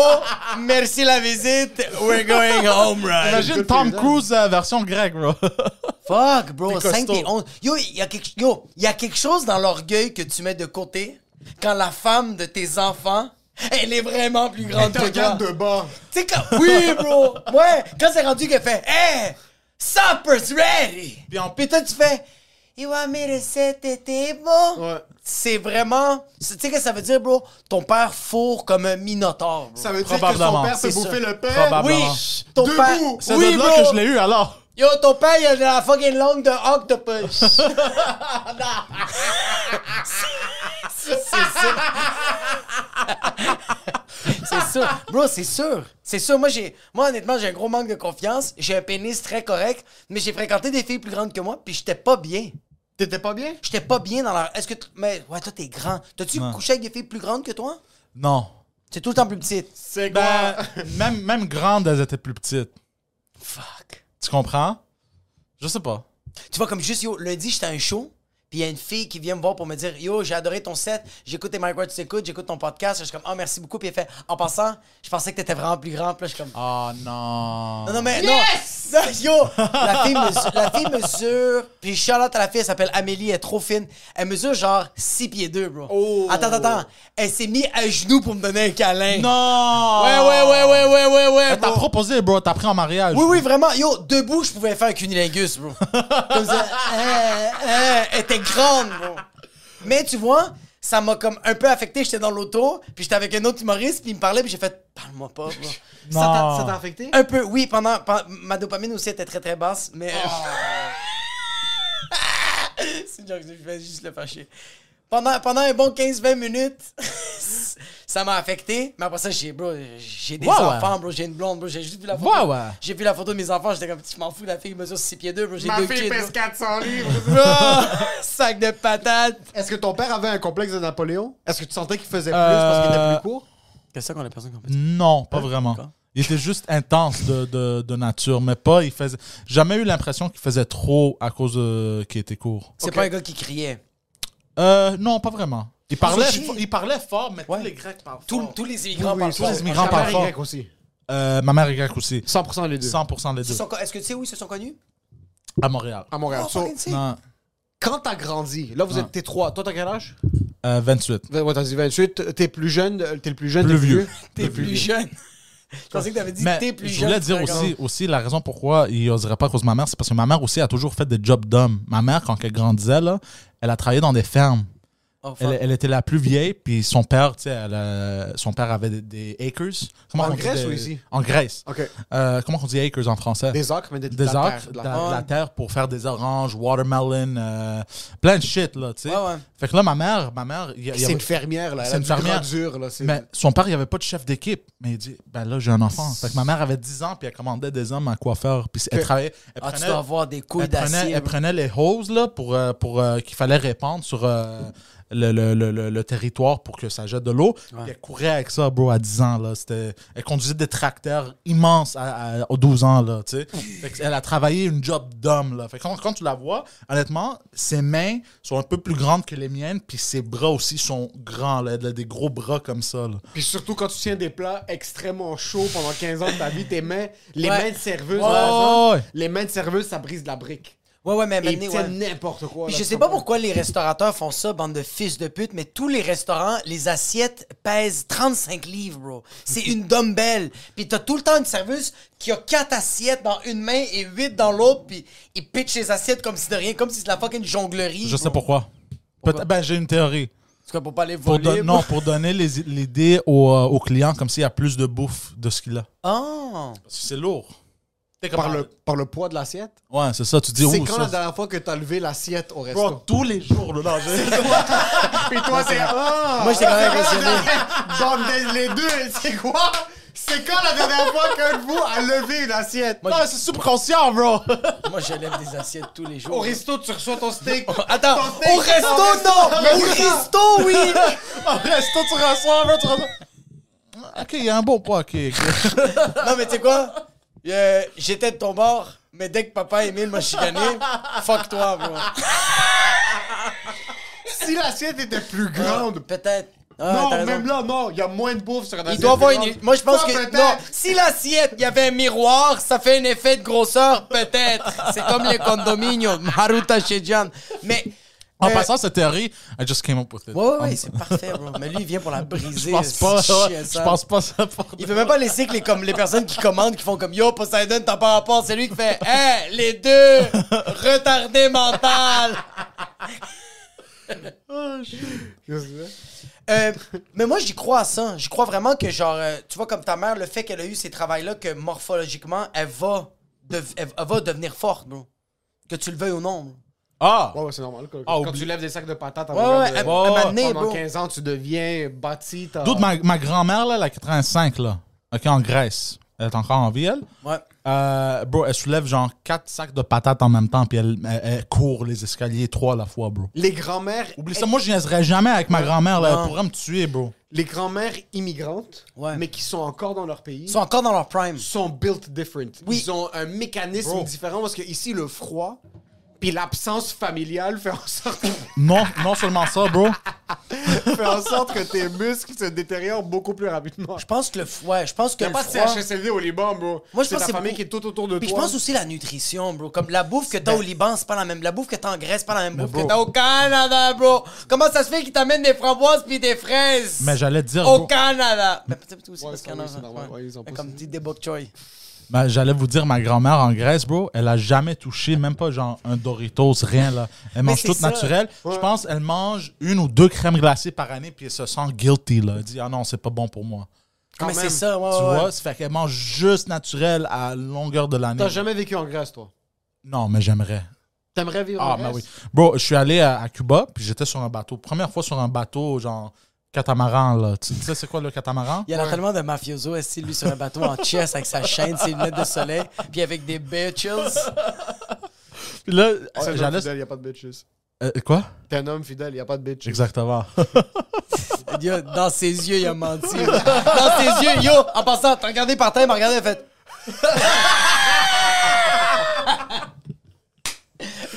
C: merci la visite. We're going home, right?
E: Imagine
D: Good
E: Tom
D: for you,
E: Cruise euh, version grecque, bro.
C: Fuck, bro.
E: T'es
C: 5
E: costaud.
C: et 11. Yo, il y, a quelque- yo, il y a quelque chose dans l'orgueil que tu mets de côté quand la femme de tes enfants, elle est vraiment plus grande
D: Te
C: que toi.
D: regarde de bas.
C: Tu sais, quand... Oui, bro. Ouais, quand c'est rendu qu'elle fait « Hey, supper's ready! »
E: Puis en-
C: Puis toi, tu fais « You want me to set the table?
D: Ouais.
C: C'est vraiment... c'est- Tu sais ce que ça veut dire, bro? Ton père fourre comme un minotaure, bro.
D: Ça veut dire que son
E: Probablement.
D: père peut
C: C'est
D: bouffer
C: ça.
D: le père.
E: Probablement.
C: Oui, ton père...
D: Debout.
E: C'est
C: Oui,
E: de
C: bro.
E: là que je l'ai eu, alors.
C: Yo, ton père, il a de la fucking langue de octopus. C'est sûr. Bro, c'est sûr. C'est sûr. Moi, j'ai, moi, honnêtement, j'ai un gros manque de confiance. J'ai un pénis très correct, mais j'ai fréquenté des filles plus grandes que moi, puis j'étais pas bien.
D: T'étais pas bien?
C: J'étais pas bien dans la. Est-ce que. t- Mais, ouais, toi, t'es grand. T'as-tu
E: Ouais.
C: couché avec des filles plus grandes que toi?
E: Non.
C: C'est tout le temps plus petite.
D: C'est
E: Ben,
D: quoi?
E: même, même grande, elles étaient plus petites.
C: Fuck.
E: Tu comprends? Je sais pas.
C: Tu vois, comme juste, yo, lundi, j'étais à un show, puis il y a une fille qui vient me voir pour me dire, yo, j'ai adoré ton set, j'écoute tes mic tu t'écoutes, j'écoute ton podcast. Je suis comme, ah, merci beaucoup. Puis elle fait, en passant, je pensais que t'étais vraiment plus grand. Puis là, je suis comme,
E: Oh non.
C: non, non, mais non. Non, Yo, la fille, mesure, la fille mesure, puis Charlotte à la fille, elle s'appelle Amélie, elle est trop fine. Elle mesure genre 6 pieds 2, bro. Attends, attends, elle s'est mise à genoux pour me donner un câlin.
E: Non!
C: Ouais, ouais, ouais, ouais, ouais, ouais, ouais.
E: Elle t'a
C: bro.
E: proposé, bro. T'as pris en mariage.
C: Oui, oui, vraiment. Yo, debout, je pouvais faire un cunilingus, bro. Comme ça. euh, euh, elle était grande, bro. Mais tu vois, ça m'a comme un peu affecté. J'étais dans l'auto, puis j'étais avec un autre humoriste, puis il me parlait, puis j'ai fait Parle-moi pas, bro.
E: Non.
D: Ça t'a affecté?
C: Un peu, oui, pendant, pen- Ma dopamine aussi était très très basse, mais. euh,
D: Oh.
C: C'est une joke, je vais juste le fâcher. Pendant, pendant un bon 15-20 minutes, ça m'a affecté. Mais après ça, j'ai, bro, j'ai des
E: Ouais, ouais.
C: enfants, bro, j'ai une blonde, bro, j'ai juste vu la photo.
E: Ouais, ouais.
C: J'ai vu la photo de mes enfants, j'étais comme, je m'en fous, la fille mesure 6 pieds 2, bro, j'ai
D: Ma
C: deux
D: fille
C: kids.
D: pèse
C: bro.
D: 400 livres.
C: Bro, sac de patates.
D: Est-ce que ton père avait un complexe de Napoléon? Est-ce que tu sentais qu'il faisait plus
E: Euh,
D: parce qu'il était plus court?
C: Qu'est-ce qu'on a personne qu'on peut
E: Non, pas vraiment.
C: d'accord.
E: Il était juste intense de, de, de nature, mais pas. Il faisait. Jamais eu l'impression qu'il faisait trop à cause de- qu'il était court.
C: C'est pas un gars qui criait.
E: Euh, non, pas vraiment. Il parlait,
C: c'est chier.
E: il parlait fort, mais
C: Ah, Ouais.
E: tous les Grecs parlent
C: Tous-
E: fort.
C: tous les immigrants
D: Oui,
C: parlent
D: tous
C: fort.
E: les immigrants
D: Ta
E: parlent
D: mère est
E: fort.
D: grecque aussi.
E: Euh, ma mère est grecque aussi.
D: 100% Ah, les deux.
E: 100% les
C: Ils
E: deux.
C: sont co- Est-ce que tu sais où ils se sont connus?
E: À Montréal.
D: À Montréal.
C: Oh,
D: So,
C: fucking sick.
E: Non.
D: quand t'as grandi, là vous êtes t'es trois. Toi t'as quel âge?
E: Euh, 28.
D: V- Ah. Ouais, t'as dit 28. T'es plus jeune. euh, T'es le plus jeune.
E: Plus
D: t'es
E: vieux.
C: T'es plus jeune. Je pensais que t'avais dit
E: Mais
C: t'es plus
E: je
C: jeune.
E: voulais dire
C: frère.
E: aussi, aussi la raison pourquoi il oserait pas à cause de ma mère, c'est parce que ma mère aussi a toujours fait des jobs d'homme. Ma mère, quand elle grandissait, là, elle a travaillé dans des fermes.
C: Oh, fuck.
E: Elle, elle était la plus vieille, puis son père, tu sais, elle, euh, son père avait des, des acres. Comment
D: En
E: on dit
D: Grèce
E: des-
D: ou ici?
E: En Grèce.
D: OK.
E: Euh, comment on dit acres en français?
D: Des acres, mais des,
E: des
D: de la
E: acres,
D: terre,
E: de
D: de
E: la,
D: la terre.
E: de la terre pour faire des oranges, watermelon, euh, plein de shit, là, tu sais.
C: Ouais, ouais.
E: Fait que là, ma mère, ma mère... il y a- il y
D: C'est
E: avait-
D: une fermière, là.
E: C'est
D: Elle a
E: une
D: du grand
E: fermière.
D: dur, là. C'est-
E: Mais son père, il n'y avait pas de chef d'équipe. Mais il dit, ben là, j'ai un enfant. Fait que ma mère avait 10 ans, puis elle commandait des hommes à coiffeur. Puis elle travaillait... Elle
C: Ah, tu
E: prenait-
C: dois avoir des couilles
E: elle prenait,
C: d'acier.
E: elle prenait les hoses là, pour, euh, pour, euh, qu'il fallait répandre sur euh, le, le- le- le- le territoire pour que ça jette de l'eau. Puis Elle courait avec ça, bro, à 10 ans. Là. C'était- Elle conduisait des tracteurs immenses à, à- aux 12 ans. Là, tu sais. Fait que elle a travaillé une job d'homme. Là. Fait que quand, quand tu la vois, honnêtement, ses mains sont un peu plus grandes que les miennes, puis ses bras aussi sont grands. Là. Elle a des gros bras comme ça. là.
D: Puis surtout quand tu tiens des plats extrêmement chauds pendant 15 ans de ta vie, tes mains, les
C: Ouais.
D: mains de serveuse,
C: Ouais,
D: par
E: ouais,
D: exemple, les mains de serveuse, ça brise de la brique.
C: Ouais, ouais, mais
D: Et ils
C: maintenant, ouais.
D: tiennent n'importe quoi.
C: Puis
D: là,
C: je
D: tu
C: sais pas
D: comprends?
C: pourquoi les restaurateurs font ça, bande de fils de pute, mais tous les restaurants, les assiettes pèsent 35 livres, bro. C'est une dumbbell. Puis t'as tout le temps une serveuse qui a quatre assiettes dans une main et huit dans l'autre, puis il pitch les assiettes comme si de rien, comme si c'était la fucking jonglerie.
E: Je sais
C: bro.
E: pourquoi. Peut-être, ben, j'ai une théorie.
C: En tout cas, pour pas les
E: Pour
C: voler.
E: don-
C: bro.
E: non, pour donner les- l'idée aux, euh, aux clients comme s'il y a plus de bouffe de ce qu'il a.
C: Ah.
E: C'est lourd. T'es comme-
D: Par le, par le poids de l'assiette.
E: Ouais, c'est ça. Tu dis,
D: C'est
E: ouh,
D: quand
E: Oh, ça.
D: la dernière fois que t'as levé l'assiette au
E: Bro,
D: resto?
E: tous les jours, là. non, j'ai-
D: Puis toi, c'est... Ah!
C: Moi, j'étais quand même impressionné.
D: Bande des- les deux, c'est quoi? C'est quand la dernière fois qu'un de vous a levé une assiette?
E: Non, c'est subconscient, bro.
C: Moi, je lève des assiettes tous les jours.
D: Au resto, tu reçois ton steak.
C: Attends,
D: Ton steak,
C: au resto,
D: ton resto,
C: non!
D: ton
C: Au resto, oui!
E: Au resto, tu reçois, bro, tu reçois. Ok, il y a un bon poids, ok. ok.
C: Non, mais tu sais quoi? Euh, J'étais de ton bord, mais dès que papa Emile m'a chicané, fuck toi, bro.
D: Si l'assiette était plus grande,
C: Peut-être. Ah,
D: non,
C: t'as raison.
D: même là, non, il y a moins de bouffe sur une
C: Il
D: assiette
C: doit avoir
D: plus
C: une.
D: grande.
C: Moi, je pense
D: Toi,
C: que. Non,
D: peut-être.
C: si l'assiette, il y avait un miroir, ça fait un effet de grosseur, peut-être. C'est comme les condominiums, Haruta Shejan. Mais.
E: En
C: euh,
E: passant, cette théorie, I just came up with it.
C: Ouais, ouais, ouais,
E: Um,
C: c'est parfait, bro. Mais lui, il vient pour la briser.
E: Je pense pas,
C: ce
E: ouais,
C: chien
E: je
C: sale.
E: pense pas ça. pour-
C: Il veut même pas laisser que les, comme, les personnes qui commandent, qui font comme Yo, Poseidon, t'as pas rapport. C'est lui qui fait Hé, les deux, retardé mental. Euh, mais moi, j'y crois à ça. J'y crois vraiment que, genre, euh, tu vois, comme ta mère, le fait qu'elle a eu ces travails-là, que morphologiquement, elle va, dev- elle, elle va devenir forte, bro. Que tu le veuilles ou non. bro.
E: Ah!
D: Ouais, ouais, c'est normal. Quand,
E: Ah,
D: quand
E: oublie-
D: tu lèves des sacs de patates à
C: Ouais, ouais,
D: longueur de-
C: elle- elle m'a amené,
D: pendant
C: bro.
D: 15 ans, tu deviens bâti. t'as-
E: D'où ma, ma grand-mère, là, elle a 85, là. Ok, en Grèce. Elle est encore en vie, elle.
C: Ouais.
E: Euh, bro, elle soulève genre 4 sacs de patates en même temps, puis elle, elle- elle court les escaliers 3 à la fois, bro.
D: Les grands-mères
E: Oublie ça, moi je niaiserais jamais avec ma grand-mère, là. elle pourrait me tuer, bro.
D: les grands-mères immigrantes,
C: Ouais.
D: mais qui sont encore dans leur pays,
C: Ils sont encore dans leur prime.
D: sont built different.
C: Oui.
D: Ils ont un mécanisme
E: Bro.
D: différent parce que ici le froid puis l'absence familiale fait en sorte
E: Non, non seulement ça, bro.
D: fait en sorte que tes muscles se détériorent beaucoup plus rapidement.
C: Je pense que le froid. Je pense que
D: Il n'y
C: le
D: a pas
C: froid-
D: de CHSLD au Liban, bro.
C: Moi, je
D: c'est
C: pense
D: la
C: que c'est
D: famille
C: beaucoup-
D: qui est tout autour de
C: Puis je
D: toi. Ben
C: pense aussi la nutrition, bro. Comme la bouffe que t'as au Liban, c'est pas la même. La bouffe que t'as en Grèce, c'est pas la même bouffe
E: bro.
C: que t'as au Canada, bro. Comment ça se fait qu'ils t'amènent des framboises puis des fraises
E: Mais j'allais te dire,
C: Au
E: bro.
C: Canada. Mais peut-être aussi
D: Ouais,
C: parce
D: ça,
C: qu'il y en
D: oui,
C: a,
D: c'est normal. Ouais, ils ont
C: Mais
D: pas
C: Comme
D: ça.
C: dit des bok choy.
E: Ben, j'allais vous dire, ma grand-mère en Grèce, bro, elle a jamais touché, même pas genre un Doritos, rien là. Elle mange
C: c'est
E: tout
C: ça.
E: naturel. Je pense elle mange une ou deux crèmes glacées par année, puis elle se sent guilty, là. Elle dit, ah non, c'est pas bon pour moi.
D: Quand
C: Mais c'est
D: même.
C: ça, ouais,
E: tu
C: Ah ouais.
E: vois, ça fait qu'elle mange juste naturel à longueur de l'année.
D: T'as jamais vécu en Grèce, toi.
E: Non, mais j'aimerais.
D: T'aimerais vivre en
E: Ah,
D: Grèce?
E: ben oui. Bro, je suis allé à, à Cuba, puis j'étais sur un bateau. Première fois sur un bateau, genre catamaran, là. Tu tu sais, c'est quoi le catamaran?
C: Il y en a tellement de mafiosos assis, lui, sur un bateau en chess avec sa chaîne, ses lunettes de soleil, puis avec des bitches.
E: Puis là,
D: T'es un homme
E: j'allais.
D: fidèle, il a pas de bitches.
E: Euh, quoi?
D: T'es un homme fidèle, il a pas de bitches.
E: Exactement.
C: Il y a- Dans ses yeux, il a menti. là. Dans ses yeux, yo, en passant, t'as regardé par terre, il m'a regardé, il a fait.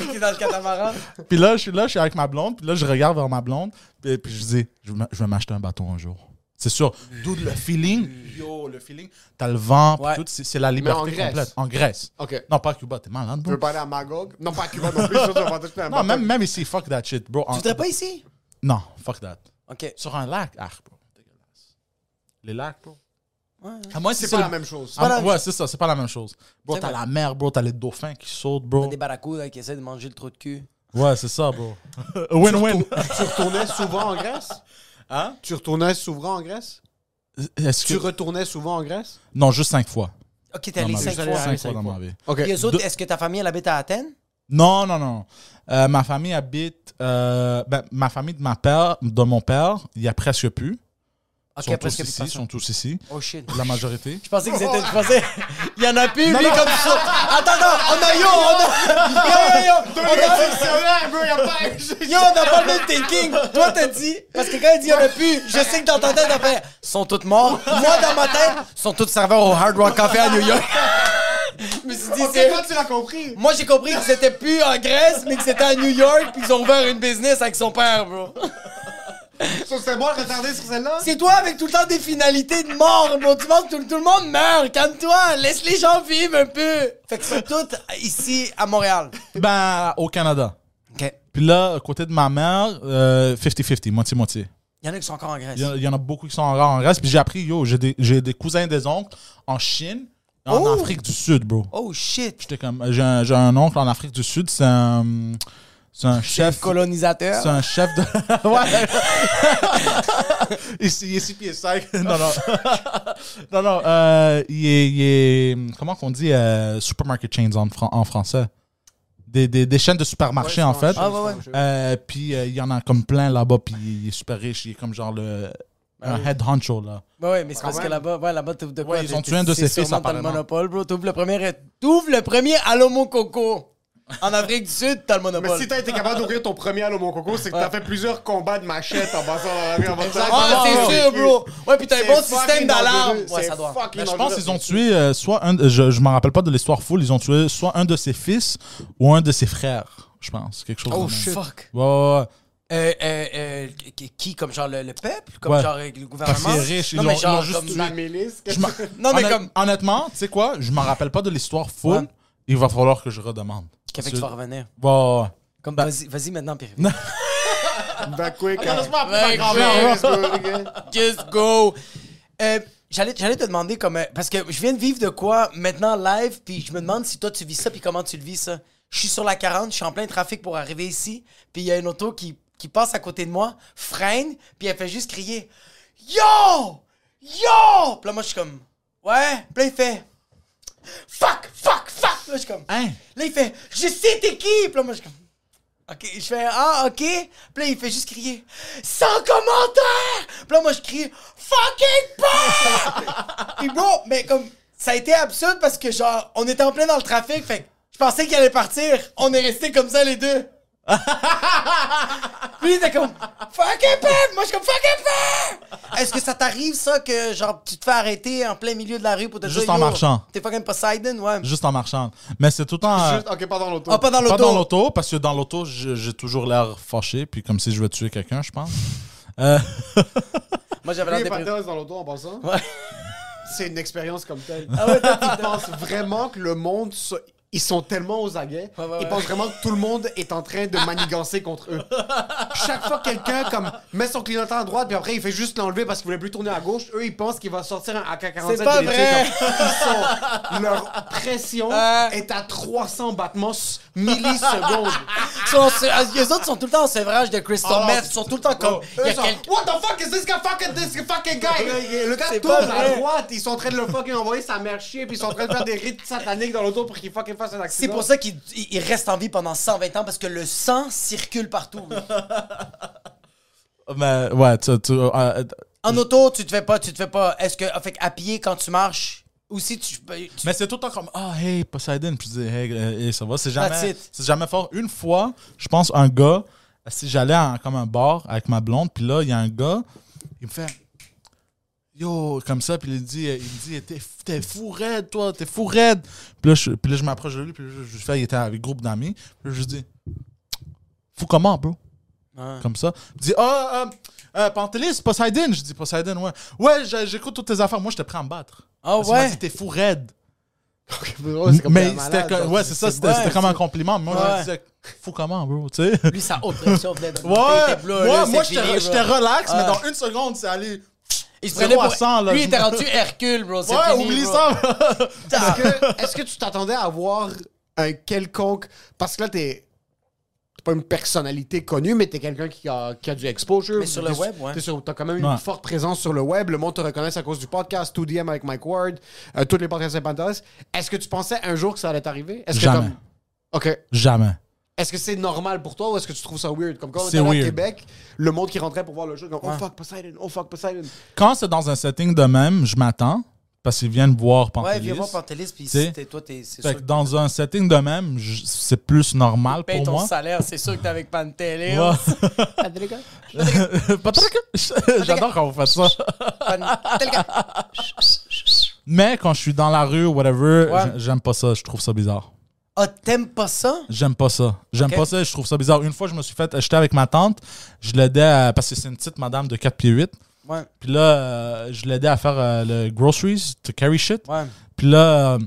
C: Il est dans le catamaran.
E: puis là, je suis là, je suis avec ma blonde, puis là, je regarde vers ma blonde, puis, puis je dis, je vais m'a- je vais m'acheter un bateau un jour. C'est sûr. D'où le feeling. Yo, le feeling. T'as le vent, puis
C: Ouais.
E: tout, c'est c'est la
D: en
E: liberté
D: Grèce.
E: complète. En Grèce.
D: Ok.
E: Non, pas à Cuba, t'es malade,
D: Tu
E: bro.
D: veux pas aller à Magog? Non, pas à Cuba non plus. surtout, on va pas toucher à
E: Non,
D: Magog.
E: même, même ici, fuck that shit, bro. En-
C: Tu voudrais pas ici?
E: Non, fuck that.
C: Ok.
E: Sur un lac, ah, bro. Dégueulasse. Les lacs, bro. À moins,
D: C'est pas la même chose.
E: Ah,
C: pas la même
E: ouais, c'est ça, c'est pas la même chose. Bro,
C: C'est
E: t'as
C: vrai.
E: la mer, bro, t'as les dauphins qui sautent, bro.
C: Des barracudas qui essaient de manger le trou de cul.
E: Ouais, c'est ça, bro. Win-win.
D: Ah, Tu retournais souvent en Grèce?
E: Hein?
D: Tu retournais souvent en Grèce?
E: Est-ce
D: Tu
E: que...
D: retournais souvent en Grèce?
E: Non, juste cinq fois.
C: Ok, t'es allé
E: Dans ma
C: cinq
E: vie.
C: fois.
E: Cinq fois dans ma vie.
D: OK.
C: Et eux autres, est-ce que ta famille, elle habite à Athènes?
E: Non, non, non. Euh, ma famille habite. euh, ben, ma famille de, ma père, de mon père, il n'y a presque plus. Ils
C: Ok,
E: sont
C: presque
E: tous
C: plus
E: ici.
C: personne.
E: sont tous ici.
C: Oh shit.
E: La majorité.
C: Je pensais que c'était. Je pensais. Il y en a plus, lui, comme ça. Attends, attends, on a yo, on a. Yo, yo, yo, on a- Yo, on n'a pas le même thinking. Toi, t'as dit. Parce que quand il dit y'en a plus, je sais que dans ta tête, t'as fait. sont toutes morts. Moi, dans ma tête, sont toutes serveurs au Hard Rock Café à New York. je me suis dit, c'est.
D: tu l'as compris?
C: Moi, j'ai compris que c'était plus en Grèce, mais que c'était à New York, puis ils ont ouvert une business avec son père, bro.
D: C'est moi retardé sur celle-là?
C: C'est toi avec tout le temps des finalités de mort, bro. Tu penses que tout, tout le monde meurt. Calme-toi. Laisse les gens vivre un peu. Fait que c'est tout ici, à Montréal.
E: Ben, au Canada.
C: OK.
E: Puis là, côté de ma mère, euh, 50-50, moitié-moitié.
C: Il y en a qui sont encore en Grèce.
E: Il y, en- il y en a beaucoup qui sont encore en reste. Puis j'ai appris, yo, j'ai des, j'ai des cousins et des oncles en Chine et en
C: Oh!
E: Afrique du Sud, bro.
C: Oh, shit.
E: J'étais comme, euh, j'ai un, j'ai un oncle en Afrique du Sud, c'est un, c'est un chef.
C: Colonisateur.
E: C'est un chef de. ouais! il est il est six pieds
D: Ah,
E: cinq. Non, non. non, non. euh, il, est, il est. Comment qu'on dit euh, supermarket chains en, fran- en français? Des, des, des chaînes de supermarchés, en fait.
C: Ah, ouais, ouais.
E: Euh, puis euh, il y en a comme plein là-bas, puis il est super riche. Il est comme genre le. Un head honcho, là.
C: Ouais, Bah ouais, mais c'est parce que là-bas, ouais, là-bas, t'ouvres de quoi?
E: Ouais, ils ont
C: t'es-
E: tué un de
C: c'est
E: ses fils,
C: sûrement t'as le
E: apparemment.
C: monopole, bro. T'ouvres le premier, t'ouvres le premier Allo Mon Coco. En Afrique du Sud, t'as le monopole.
D: Mais si t'as été capable d'ouvrir ton premier Allo Mon Coco, c'est que t'as fait plusieurs combats de machette en passant dans la rue avant de te-
C: Ah,
D: Ouais,
C: c'est
D: ouais,
C: sûr,
D: ouais.
C: bro. Ouais, puis t'as un
D: C'est
C: bon
D: fucking
C: système d'alarme.
D: dangereux,
C: Ouais,
D: c'est
C: ça doit.
D: fucking
E: Mais Ben, je pense
D: dangereux.
E: qu'ils ont tué euh, soit un. Je, je m'en rappelle pas de l'histoire full. Ils ont tué soit un de ses fils ou un de ses frères, je pense. Quelque chose
C: Oh,
E: comme ça.
C: fuck.
E: Ouais, ouais, ouais.
C: Euh, euh, euh, qui- qui, comme genre le, le peuple? Comme
E: Ouais.
C: genre euh, le gouvernement?
E: Parce que c'est riche, ils
C: Non, mais
E: l'ont-
C: genre,
E: ils l'ont juste
C: comme-
E: tué.
D: La milice, qu'est-ce
E: Je m'en-
C: Non, mais
E: honnête-
C: comme-
E: Honnêtement, tu sais quoi, je m'en rappelle pas de l'histoire full.
C: Ouais.
E: Il va falloir que je redemande.
C: Qu'est-ce que tu vas revenir?
E: Bon, ouais, ouais.
C: Comme, vas-y, vas-y maintenant, Pierre.
D: que- Back quick, hein.
C: Ouais,
D: Let's
C: sure.
D: go, les gars.
C: Just go. Euh, J'allais j'allais te demander comme euh, parce que je viens de vivre de quoi maintenant live puis je me demande si toi tu vis ça puis comment tu le vis ça. Je suis sur la 40, je suis en plein trafic pour arriver ici, puis il y a une auto qui, qui passe à côté de moi, freine, puis elle fait juste crier "Yo! Yo!" Puis là moi je suis comme "Ouais." Puis là il fait "Fuck, fuck, fuck." Puis Là je suis comme
E: Hein?
C: Là il fait "Je sais t'es qui." Puis là moi je suis comme OK, je fais Ah, OK. Puis là, il fait juste crier Sans commentaire. Puis là, moi, je crie Fucking pas! Puis bon, mais comme ça a été absurde parce que, genre, on était en plein dans le trafic. Fait que je pensais qu'il allait partir. On est restés comme ça, les deux. Puis il était comme Fucking pas! Moi, je suis comme Fucking pas! Est-ce que ça t'arrive, ça, que, genre, tu te fais arrêter en plein milieu de la rue pour te
E: Juste
C: dire,
E: en
C: Yo,
E: marchant.
C: T'es fucking Poseidon, ouais.
E: Juste en marchant. Mais c'est tout le temps. euh,
D: Juste- Ok, pas dans l'auto.
C: Ah, pas dans
E: pas dans
C: l'auto.
E: l'auto, parce que dans l'auto, je- j'ai toujours l'air fâché, puis comme si je veux tuer quelqu'un, je pense. Euh,
C: Moi, j'avais
D: Lui,
C: l'air
D: il est pas
C: déprimé.
D: dans l'auto en passant.
C: Ouais. Ah
D: C'est une expérience comme telle.
C: ouais, toi,
D: Ils pensent vraiment que le monde. se- Ils sont tellement aux aguets.
C: Ouais, ouais,
D: Ils
C: ouais.
D: pensent vraiment que tout le monde est en train de manigancer contre eux. Chaque fois que quelqu'un comme met son clignotant à droite, puis après il fait juste l'enlever parce qu'il voulait plus tourner à gauche, eux ils pensent qu'il va sortir un AK-47.
C: C'est pas
D: de les tirer
C: vrai. Euh.
D: comme- Ils sont... Leur pression
C: Ouais.
D: est à 300 battements s- millisecondes.
C: Ils sont- se- ah, les autres sont tout le temps en sevrage de Crystal
D: Ah,
C: Meth. Ils oh, sont tout le temps comme.
D: Eux
C: Il y a
D: sont,
C: quelqu'un-
D: What the fuck is this guy fucking, this fucking guy? Le- Le gars
C: C'est
D: tourne
C: pas
D: à
C: vrai.
D: droite, ils sont en train de le fucking envoyer sa mère chier, puis ils sont en train de faire des rites sataniques dans l'auto pour qu'il fucking fasse un accident.
C: C'est pour ça qu'il il- il reste en vie pendant 120 ans parce que le sang circule partout.
E: mais ouais, tu. tu, euh,
C: En auto, tu te fais pas, tu te fais pas. Est-ce que, ah, fait que à pied quand tu marches, aussi tu, tu-
E: mais c'est tout le temps comme Ah, hey, Poseidon. Puis je dis Hey, euh, hey, ça va. C'est
C: That's
E: jamais,
C: it.
E: c'est jamais fort. Une fois, je pense, un gars, si j'allais à comme un bar avec ma blonde, puis là, il y a un gars, il me fait Yo, comme ça, puis il dit, il me dit, t'es, t'es fou raide, toi, t'es fou raide. Puis là, je, puis là, je m'approche de lui, puis je, je fais, il était avec un groupe d'amis. Puis là, je lui dis, fou comment, bro? Comme ça. Il dit, ah, euh, euh, Pantelis, Poseidon. Je dis, Poseidon, ouais. Ouais, je- j'écoute toutes tes affaires. Moi, je te prends à me battre.
C: Ah
E: Parce qu'il m'a
C: ouais?
E: dit, t'es fou raide.
D: c'est comme
E: mais
D: un malade,
E: c'était, comme-
D: genre,
E: ouais, c'est ça, c'était,
C: ouais,
E: c'était comme un compliment. Mais moi, je
C: Ouais.
E: me disais, fou comment, bro, tu sais?
C: lui sa haute pression venait de
E: Ouais,
C: monter, t'es bleu, là,
E: moi,
C: c'est
E: moi j'étais,
C: fini,
E: j'étais
C: bro.
E: relax, mais
C: Ouais.
E: dans une seconde, c'est allé.
C: Il se
E: zéro
C: prenait
E: à
C: pour.
E: 100, là.
C: Lui il était rendu Hercule, bro. c'est
E: Ouais,
C: fini,
E: oublie
C: bro.
E: ça.
D: Est-ce que, est-ce que tu t'attendais à avoir un quelconque. Parce que là, t'es. t'es pas une personnalité connue, mais t'es quelqu'un qui a, qui a du exposure.
C: Mais sur le
D: T'es-
C: web, ouais.
D: t'es sur- T'as quand même une
E: Ouais.
D: forte présence sur le web. Le monde te reconnaît à cause du podcast 2DM avec Mike Ward, euh, tous les podcasts de Pantelis. Est-ce que tu pensais un jour que ça allait t'arriver? Est-ce que
E: Jamais.
D: comme- OK.
E: Jamais.
D: Est-ce que c'est normal pour toi ou est-ce que tu trouves ça weird? Comme quand on était
E: C'est
D: allé
E: weird.
D: à Québec, le monde qui rentrait pour voir le jeu, comme Oh fuck Poseidon, oh fuck Poseidon.
E: Quand c'est dans un setting de même, je m'attends parce qu'ils viennent voir Pantelis.
C: Ouais, viens voir Pantelis, puis
E: T'sais.
C: si t'es- toi, t'es. c'est
E: Fait
C: sûr
E: que dans un setting de même, je- c'est plus normal
F: Paye
E: pour
F: ton
E: moi.
F: salaire, c'est sûr que t'es avec Pantelis.
E: Ouais. Patrick, j'adore quand vous faites ça. Mais quand je suis dans la rue ou whatever, j'ai- j'aime pas ça, je trouve ça bizarre.
C: Ah, t'aimes pas ça?
E: J'aime pas ça. J'aime
C: Ok.
E: pas ça, je trouve ça bizarre. Une fois, je me suis fait acheter avec ma tante, je l'aidais à- parce que c'est une petite madame de 4 pieds 8.
C: Ouais.
E: Puis là, euh, je l'aidais à faire euh, le groceries, to carry shit.
C: Ouais.
E: Puis là, euh,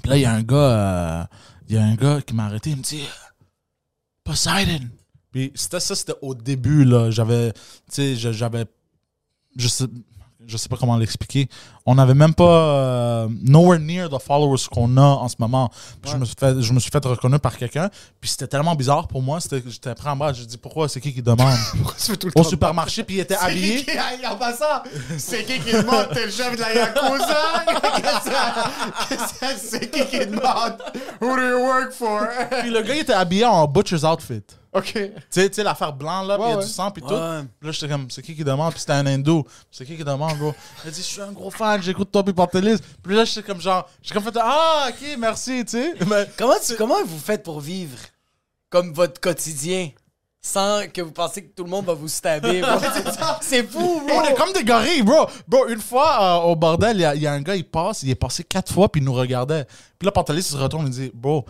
E: puis là, il y a un gars, euh, il y a un gars qui m'a arrêté, il me dit Poseidon. Puis c'était ça, c'était au début là, j'avais, tu sais, je- j'avais, je sais, je sais pas comment l'expliquer. On n'avait même pas euh, nowhere near the followers qu'on a en ce moment. Puis Je me suis fait, je me suis fait reconnaître par quelqu'un. Puis c'était tellement bizarre pour moi, c'était, j'étais pris en bas, je dis pourquoi, c'est qui qui demande
D: Tu fais tout le
E: Au
D: temps-
E: supermarché, puis il était
D: C'est qui
E: habillé.
D: qui- hey, en passant, c'est qui qui demande t'es le chef de la Yakuza? Qu'est-ce que- qu'est-ce que c'est qui qui demande who do you work for?
E: Puis le gars il était habillé en butcher's outfit.
D: OK.
E: Tu sais, tu sais, l'affaire blanc, là, puis il y a
D: ouais.
E: du sang, puis tout.
C: Ouais.
E: Puis là, j'étais comme, c'est qui qui demande? Puis c'était un hindou. C'est qui qui demande, gros? Il a dit, je suis un gros fan, j'écoute toi, puis Pantelis. Puis là, j'étais comme, genre, j'étais comme fait, ah, ok, merci, tu sais. Mais
F: Comment, Ben, tu- comment vous faites pour vivre comme votre quotidien sans que vous pensez que tout le monde va vous stabber? bro? c'est fou, bro!
E: on est comme des gorilles, bro. Bro, une fois, euh, au bordel, il y a- il y, a un gars, il passe, il est passé quatre fois, puis il nous regardait. Puis là, Pantelis, il se retourne, il dit, bro,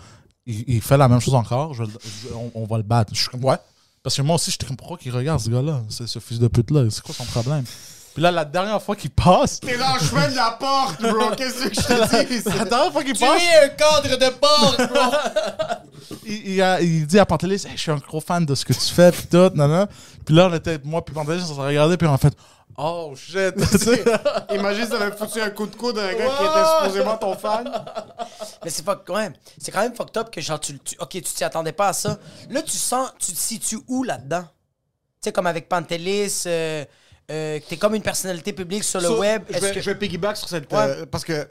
E: il, il fait la même chose encore, je vais le- je- on, on va le battre. Je suis comme, ouais. Parce que moi aussi, j'étais comme, pourquoi qu'il regarde ce gars-là? C'est ce fils de pute-là, c'est quoi son problème? Puis là, la dernière fois qu'il passe,
D: T'es dans le chemin de la porte, bro. Qu'est-ce que je te dis?
E: la dernière fois qu'il
F: Tu
E: passe,
F: es un cadre de porc, bro!
E: il, il a- il dit à Pantelis, Hey, je suis un gros fan de ce que tu fais, puis tout, nanana. Puis là, on était, moi, puis Pantelis, on s'est regardé, puis on a fait, oh shit, Tu sais,
D: Imagine, ça avait foutu un coup de coude à un gars qui était supposément ton fan.
C: Mais c'est fuck, ouais. C'est quand même fucked up que genre, tu, tu- ok, tu t'y attendais pas à ça. Là, tu sens, tu te situes où là-dedans? Tu sais, comme avec Pantelis, euh, euh, t'es comme une personnalité publique sur le
D: So,
C: web.
D: Je
C: Est-ce
D: vais,
C: que...
D: je vais piggyback sur cette.
C: Ouais.
D: euh, parce que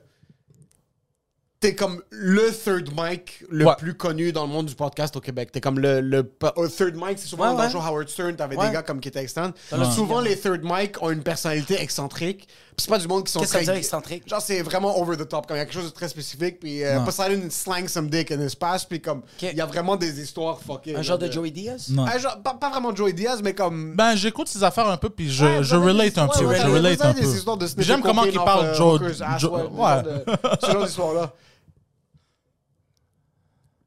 D: t'es comme le third mic le
E: Ouais.
D: plus connu dans le monde du podcast au Québec. T'es comme le, le po- euh, third mic, c'est souvent
C: Ouais,
D: dans
C: ouais.
D: le show Howard Stern, t'avais
C: Ouais.
D: des gars comme qui étaient externes.
C: Ouais.
D: Souvent les third mic ont une personnalité excentrique. Puis c'est pas du monde qui sont
C: Qu'est-ce que ça veut
D: très-
C: dire, excentrique?
D: Genre c'est vraiment over the top, comme il y a quelque chose de très spécifique. Puis euh, Poseidon slang some dick in his past, puis comme il y a vraiment des histoires fucking.
C: Un genre de Joey Diaz?
E: Non.
D: Un genre- pas, pas vraiment Joey Diaz, mais comme.
E: Ben, j'écoute ces affaires un peu, puis je,
D: Ouais,
E: je
D: vous avez
E: relate
D: des-
E: un
D: ouais,
E: peu.
D: ouais,
E: je
D: vous avez
E: relate
D: des
E: un
D: histoires de
E: peu.
D: sniffer
E: Puis J'aime comment
D: cocaine
E: il
D: off,
E: parle
D: euh,
E: Joe.
D: hookers' ass,
E: Joe-
D: ouais, ce genre
E: ouais.
D: de- Ce genre d'histoire-là.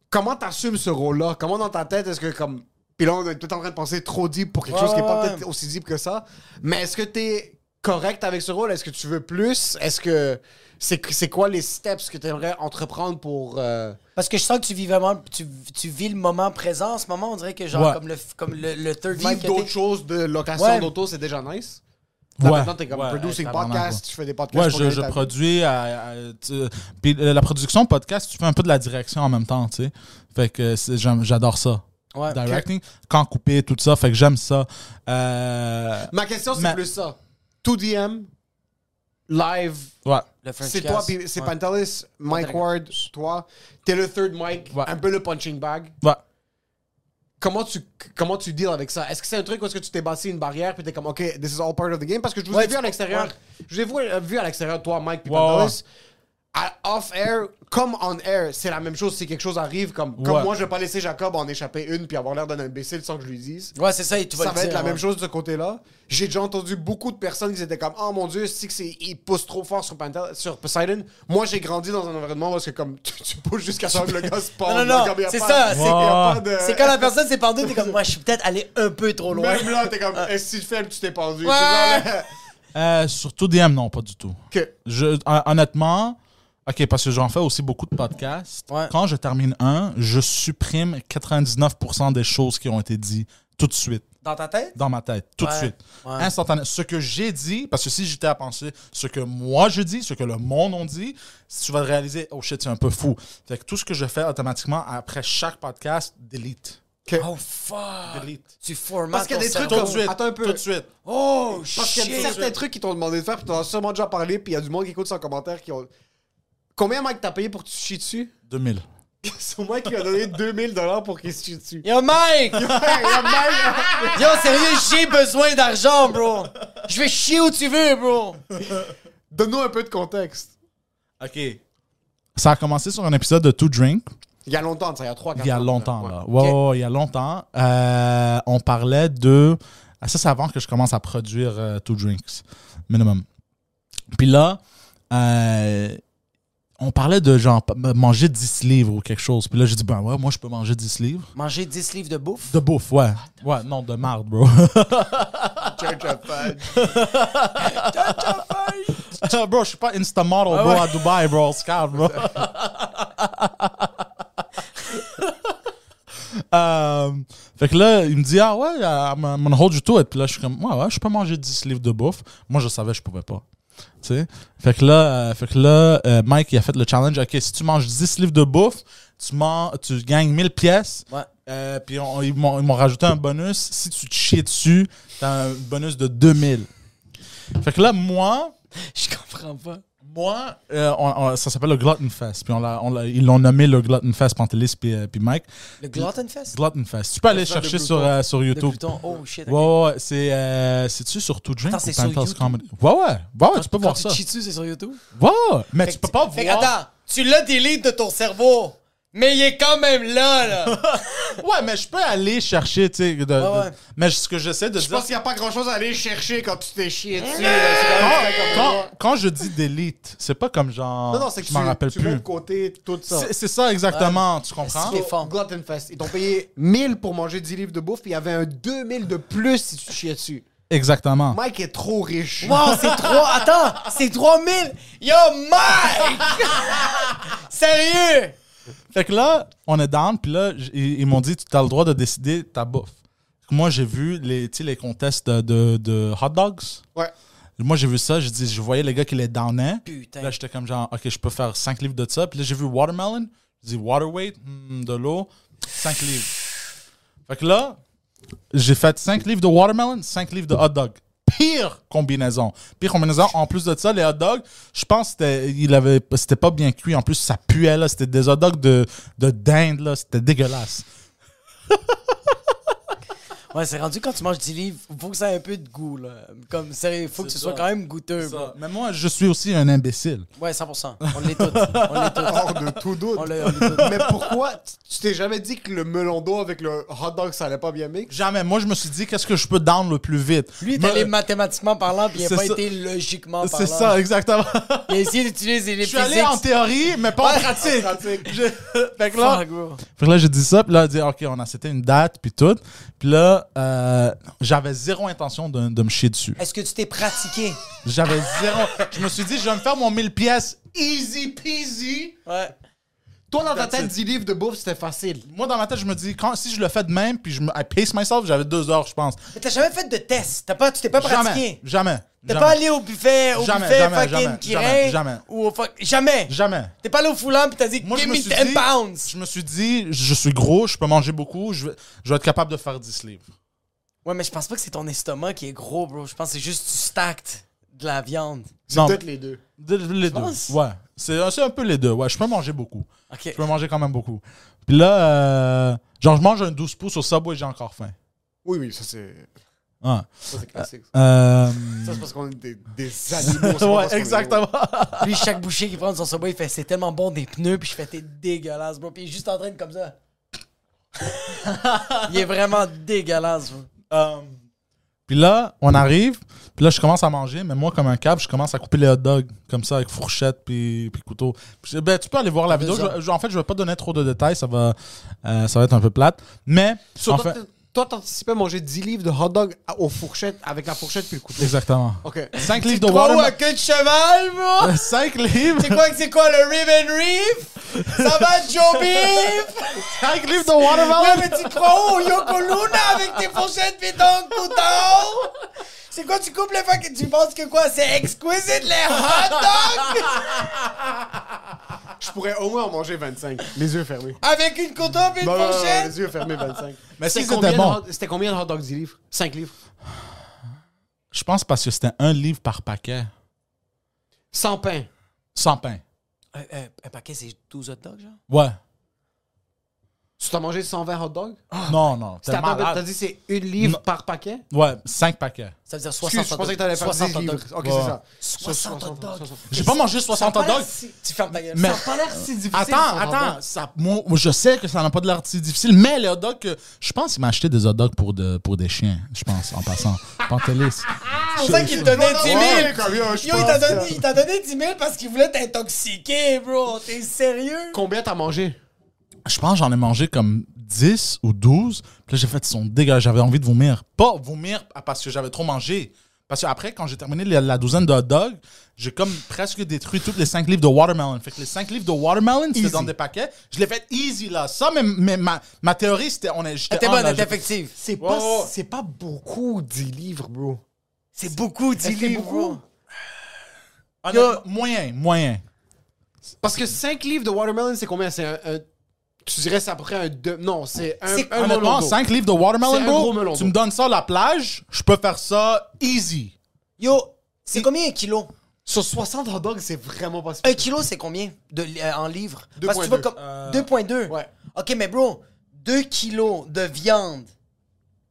D: Comment t'assumes ce rôle-là? Comment dans ta tête est-ce que comme. Puis là, on est tout en train de penser trop deep pour quelque chose qui est pas
C: ouais,
D: peut-être aussi deep que ça. Mais est-ce que t'es correct avec ce rôle? Est-ce que tu veux plus? Est-ce que. C'est c'est quoi les steps que t'aimerais entreprendre pour. euh,
C: Parce que je sens que tu vis vraiment, tu, tu vis le moment présent en ce moment. On dirait que genre,
E: Ouais.
C: comme le, comme le, le third
D: vivre
C: mic. que
D: d'autres
C: t'es-
D: choses de location
C: Ouais.
D: d'auto, c'est déjà nice. Là,
E: Ouais.
D: Maintenant, t'es comme
E: Ouais,
D: producing
E: hey, tabarnak,
D: podcast,
E: ouais.
D: tu fais des podcasts.
E: Ouais,
D: pour
E: je,
D: gagner
E: je
D: ta vie.
E: produis. à- à- tu- puis euh, la production podcast, tu fais un peu de la direction en même temps, tu sais. Fait que c'est- j'aime- j'adore ça.
C: Ouais.
E: Directing, quand couper, tout ça. Fait que j'aime ça. Euh,
D: Ma question, c'est
E: Mais-
D: plus ça. 2DM, live,
E: ouais.
C: Le French
D: c'est toi,
C: cast.
D: puis c'est
C: Ouais.
D: Pantelis, Mike
C: Pantelis.
D: Ward, toi. T'es le third mic,
E: Ouais.
D: un peu le punching bag.
E: Ouais.
D: Comment tu, comment tu deals avec ça? Est-ce que c'est un truc où est-ce que tu t'es bâti une barrière puis t'es comme, OK, this is all part of the game? Parce que je vous
C: Ouais,
D: ai vu
C: tu-
D: à l'extérieur. Je vous ai vu- euh, vu à l'extérieur, toi, Mike, puis
E: Ouais,
D: Pantelis. À- Off-air, comme on-air, c'est la même chose. Si quelque chose arrive, comme, comme
E: Ouais.
D: moi, je vais pas laisser Jacob en échapper une puis avoir l'air d'un imbécile sans que je lui dise
C: Ouais, c'est ça, et tu vas
D: ça
C: le
D: va
C: dire, hein.
D: être la
C: ouais.
D: même chose de ce côté-là. J'ai déjà entendu beaucoup de personnes qui étaient comme Oh mon Dieu, c'est que c'est il pousse trop fort sur, Panther- sur Poseidon. Moi, j'ai grandi dans un environnement où est-ce que comme tu, tu pousses jusqu'à ce que le gars se pend.
C: Non, non,
D: là,
C: non,
D: comme il y a
C: c'est
D: pas-
C: ça,
D: il
C: c'est-
D: y a pas de-
C: C'est quand la personne s'est pendue, t'es comme, moi, je suis peut-être allé un peu trop loin.
D: Même là, t'es comme Eh, si tu fais, tu t'es pendu. C'est
C: Ouais.
D: genre, là,
E: Euh, surtout DM, non, pas du tout.
D: que-
E: Je, hon- honnêtement, OK, parce que j'en fais aussi beaucoup de podcasts.
C: Ouais.
E: Quand je termine un, je supprime 99% des choses qui ont été dites tout de suite,
C: Dans ta tête?
E: dans ma tête, tout de
C: Ouais.
E: suite.
C: Ouais.
E: Instantané. Ce que j'ai dit, parce que si j'étais à penser ce que moi je dis, ce que le monde on dit, tu vas réaliser, oh shit, c'est un peu fou. Fait que tout ce que je fais automatiquement après chaque podcast, delete.
D: Que-
C: Oh fuck!
E: Delete.
C: Tu formates
D: Parce qu'il y a
C: ton
D: des trucs
E: Tout
C: cerveau.
E: de suite.
D: Attends un peu.
E: Tout de suite.
C: Oh
D: Parce qu'il y a
C: shit!
D: certains trucs qu'ils t'ont demandé de faire, puis t'en as sûrement déjà parlé, puis il y a du monde qui écoute ça en commentaire qui ont. Combien, Mike, t'as payé pour que tu te chies dessus
E: 2000.
D: C'est moi qui lui a donné 2000$ pour qu'il se chie dessus.
C: Yo Mike! Yo sérieux, j'ai besoin d'argent, bro! Je vais chier où tu veux, bro!
D: Donne-nous un peu de contexte.
E: OK. Ça a commencé sur un épisode de Two Drink.
D: Il y a longtemps, ça, il y a 3
E: Il y a longtemps, là. Ouais, ouais, ouais, il y a longtemps. Euh, on parlait de. Ah, Ça, c'est avant que je commence à produire euh, Two Drinks, minimum. Puis là, euh, on parlait de genre p- manger 10 livres ou quelque chose. Puis là, j'ai dit, ben ouais, moi, je peux manger 10 livres.
C: Manger 10 livres de bouffe?
E: De bouffe, ouais. Ouais, non, de marde, bro. bro, je suis pas Insta model, bro, à Dubaï, bro. On se calme, bro. Euh, fait que là, il me dit, ah ouais, I'm I'm gonna hold you to it. Puis là, je suis comme, ouais, ouais, je peux manger 10 livres de bouffe. Moi, je savais, que je pouvais pas. Tu sais? Fait que là, euh, fait que là euh, Mike, il a fait le challenge. OK, si tu manges 10 livres de bouffe, tu, man- tu gagnes 1000 pièces.
C: Ouais.
E: Euh, puis on- ils m'ont ils m'ont rajouté un bonus. Si tu te chies dessus, t'as un bonus de 2000. Fait que là, moi,
C: Je comprends pas.
E: moi, euh, on- on- ça s'appelle le Glutton Fest. Puis on l'a- on l'a- ils l'ont nommé le Glutton Fest, Pantelis puis, euh, puis Mike.
C: Le Gluttonfest?
E: Glutton Fest. Tu peux aller
D: Festival de
E: chercher
D: Pluton.
E: sur, euh, sur
C: Le
E: YouTube.
C: Pluton. Oh shit.
E: Ouais,
C: ok.
E: ouais, ouais. C'est, euh, c'est-tu sur Tout Drink
C: Attends,
E: ou
C: c'est sur
E: Penthouse
C: YouTube?
E: Comedy? Ouais, ouais. Ouais, ouais, tu peux
C: Quand
E: voir
C: tu
E: ça.
C: te chies dessus, c'est sur YouTube?
E: Ouais, ouais. Mais tu
C: Fait
E: peux
C: que-
E: pas
C: fait
E: voir.
C: qu'attends, tu l'as délite de ton cerveau, mais il est quand même là, là.
E: Ouais, mais je peux aller chercher, tu sais. de- de-
C: ouais.
E: Mais ce que j'essaie de
D: Je
E: dire.
D: pense qu'il n'y a pas grand-chose à aller chercher quand tu t'es chié
C: Eh
D: dessus.
E: Quand, quand je dis delete, c'est pas comme genre.
D: Non, non, c'est que
E: je m'en
D: tu-
E: rappelle
D: tu mets
E: plus.
D: de côté tout ça.
E: C'est c'est ça exactement, tu comprends?
C: Est-ce que- fort.
D: Gluttonfest. Ils t'ont payé 1000 pour manger 10 livres de bouffe, puis il y avait un 2000 de plus si tu te chiais dessus.
E: Exactement.
D: Mike est trop riche.
C: Wow, Oh, c'est 3... Attends, c'est 3000! Yo, Mike! Sérieux?
E: Fait que là, on est down, puis là, j- ils, ils m'ont dit, tu as le droit de décider ta bouffe. Moi, j'ai vu les, tu sais, les contests de, de, de hot dogs.
D: Ouais.
E: Moi, j'ai vu ça, j'ai dit, je voyais les gars qui les downaient.
C: Putain.
E: Là, j'étais comme genre, OK, je peux faire 5 livres de ça. Puis là, j'ai vu watermelon, j'ai dit water weight, hmm, de l'eau, 5 livres. Fait que là, j'ai fait 5 livres de watermelon, 5 livres de hot dog. Pire combinaison. Pire combinaison. En plus de ça, les hot dogs, je pense que c'était- il avait- c'était pas bien cuit. En plus, ça puait, là. C'était des hot dogs de, de dinde, là. C'était dégueulasse.
C: Ouais, c'est rendu quand tu manges 10 livres, faut que ça ait un peu de goût, là. Comme, sérieux, faut que tu sois
E: ça.
C: quand même goûteux, bro.
E: Mais moi, je suis aussi un imbécile.
C: Ouais, 100%. On l'est tous. On l'est tous.
D: Hors de tout doute.
C: On l'est on l'est tous.
D: Mais pourquoi tu- tu t'es jamais dit que le melon d'eau avec le hot dog ça allait pas bien mix?
E: Jamais. Moi, je me suis dit, qu'est-ce que je peux down le plus vite?
C: Lui, il est
E: Me-
C: allé mathématiquement parlant, puis il a
E: C'est
C: pas
E: ça.
C: été logiquement parlant.
E: C'est ça, exactement.
C: Il a essayé d'utiliser les
E: je suis allé en
C: physiques.
E: théorie, mais pas en
C: Ouais.
E: pratique. Je- Fait que là,
C: Fuck, bro.
E: Fait que là, j'ai dit ça, puis là, elle dit, OK, on a c'était une date, puis tout. Puis là, euh, j'avais zéro intention de, de me chier dessus.
G: Est-ce que tu t'es pratiqué?
E: J'avais zéro. je me suis dit, je vais me faire mon 1000 pièces easy peasy.
C: Ouais.
D: Toi dans ta tête 10 livres de bouffe c'était facile.
E: Moi, dans ma tête, je me dis, quand, si je le fais de même, puis je me, I pace myself, j'avais deux heures, je pense.
G: Mais t'as jamais fait de test. T'as pas, tu t'es pas
E: Jamais.
G: pratiqué.
E: Jamais.
G: T'es
E: jamais.
G: pas allé au buffet, au
E: Jamais,
G: buffet
E: jamais, jamais,
G: fucking qui
E: jamais,
G: règne,
E: jamais.
G: Ou au fuck... Jamais.
E: Jamais.
G: T'es pas allé au foulant pis t'as dit,
E: Moi, je
G: give
E: me,
G: me
E: suis
G: 10
E: dit,
G: pounds.
E: je me suis dit, je suis gros, je peux manger beaucoup, je vais, je vais être capable de faire 10 livres.
C: Ouais, mais je pense pas que c'est ton estomac qui est gros, bro. Je pense que c'est juste tu stactes de la viande.
D: C'est
E: Non.
D: peut-être les deux.
E: De- les deux.
C: penses?
E: Ouais. C'est euh, c'est un peu les deux. Ouais, je peux manger beaucoup.
C: OK.
E: Je peux manger quand même beaucoup. Puis là, euh, genre, je mange un 12 pouces au Subway et j'ai encore faim.
D: Oui oui ça c'est
E: Ouais.
D: ça, c'est classique. ça.
E: Euh,
D: Ça c'est parce qu'on est des, des animaux. c'est pas parce qu'on est
E: ouais,
D: des-
E: exactement.
C: Lui, chaque bouchée qu'il prend de son sabot, il fait c'est tellement bon des pneus, puis je fais t'es dégueulasse, bro. Puis il est juste en train de comme ça. il est vraiment dégueulasse, bro.
E: Euh, Puis là, on arrive. Puis là, je commence à manger. Mais moi, comme un câble, je commence à couper les hot dogs comme ça avec fourchette puis, puis couteau. Puis je- ben, tu peux aller voir la vidéo. Je- je- en fait, je vais pas donner trop de détails. Ça va, euh, ça va être un peu plate. Mais en
D: So, toi,
E: fait-
D: t- Toi t'anticipais manger 10 livres de hot dog à- aux fourchettes avec la fourchette puis le couteau.
E: exactement.
D: Ok.
E: 5 livres de
C: Quoi,
E: watermelon.
C: ouais, queue de cheval, bro?
E: 5 livres.
C: C'est quoi que c'est quoi, le rib and reef? Ça va, Joe Beef?
E: 5 livres de watermelon.
C: oh, Ouais, mais tu crois où, Yoko Luna, avec tes fourchettes, puis ton couteau? C'est quoi, tu coupes le fucking. Tu penses que quoi? C'est exquisite les hot dogs!
D: Je pourrais au moins en manger 25. Les yeux fermés.
C: Avec une couteau et une
D: Non, non, non,
C: fourchette?
D: les yeux fermés 25.
E: Mais si
D: C'était
E: c'était
D: de
E: bon.
D: hot- C'était combien de hot dogs 10 livres 5 livres.
E: Je pense parce que c'était un livre par paquet,
D: Sans pain.
E: sans pain.
F: Un, un- un paquet, c'est 12 hot dogs, genre?
E: Ouais.
D: Tu t'as mangé 120 hot dogs
F: Ah,
E: non, non. T'es
D: T'as pas- t'as
E: malade.
D: dit c'est une livre par paquet
E: Ouais, cinq paquets.
F: Ça veut dire 60
D: Excuse, je
F: hot
D: pensais
F: dogs.
D: que t'allais faire
F: 60
D: 10
F: hot
D: livres.
F: dogs.
D: Ok,
E: Ouais.
D: c'est ça.
F: 60 hot dogs.
E: J'ai pas mangé
F: Ça a
E: 60
F: pas
E: hot
F: l'air
E: dogs.
F: si- Tu fermes ta gueule.
E: Mais-
F: Ça a pas l'air si difficile.
E: Attends,
F: son hot
E: attends.
F: dog.
E: ça- moi, moi, je sais que ça n'a pas de l'air si difficile, mais les hot dogs, que- je pense qu'il m'a acheté des hot dogs pour, de, pour des chiens, je pense, en passant. Pantelis.
C: C'est pour ça Ah, qu'il te donnait 10 000!
D: Ouais, comme, yo, je
C: Yo, il
D: pense
C: t'a
D: que-
C: donné, il t'a donné 10 000 parce qu'il voulait t'intoxiquer, bro! T'es sérieux?
D: Combien t'as mangé
E: Je pense que j'en ai mangé comme 10 ou 12. Puis là, j'ai fait son dégât. J'avais envie de vomir. Pas vomir parce que j'avais trop mangé. Parce que après, quand j'ai terminé la, la douzaine de hot dogs, j'ai comme presque détruit toutes les 5 livres de watermelon. Fait que les 5 livres de watermelon, c'était dans des paquets. Je l'ai fait easy, là. Ça, mais, mais ma, ma théorie, c'était... on est-
F: Elle
E: J'étais
C: Ah,
F: était Ah, bonne,
E: on,
F: elle
E: là.
F: était effective.
D: C'est
E: pas-
C: Oh.
E: ouais, ouais.
D: c'est pas beaucoup 10 livres, bro.
F: C'est beaucoup, 10
D: Est-ce que
F: livres.
D: beaucoup?
F: bro.
E: Honnêtement, Moyen, moyen.
D: Parce que 5 livres de watermelon, c'est combien C'est un, un- Tu dirais c'est à peu près un deux. Non, c'est un,
C: C'est-
D: un melon
E: Honnêtement,
D: d'eau.
E: 5 livres de
D: C'est
E: watermelon,
D: un
E: bro,
D: gros melon
E: tu
D: d'eau.
E: me donnes ça à la plage, je peux faire ça easy.
C: Yo, c'est combien un kilo?
D: Sur 60 hot dogs, c'est vraiment pas
C: Un
D: spécial.
C: kilo, c'est combien de, euh, en livres?
D: 2,2.
C: Parce que tu vas comme. 2,2?
D: Ouais.
C: Ok, mais bro, 2 kilos de viande.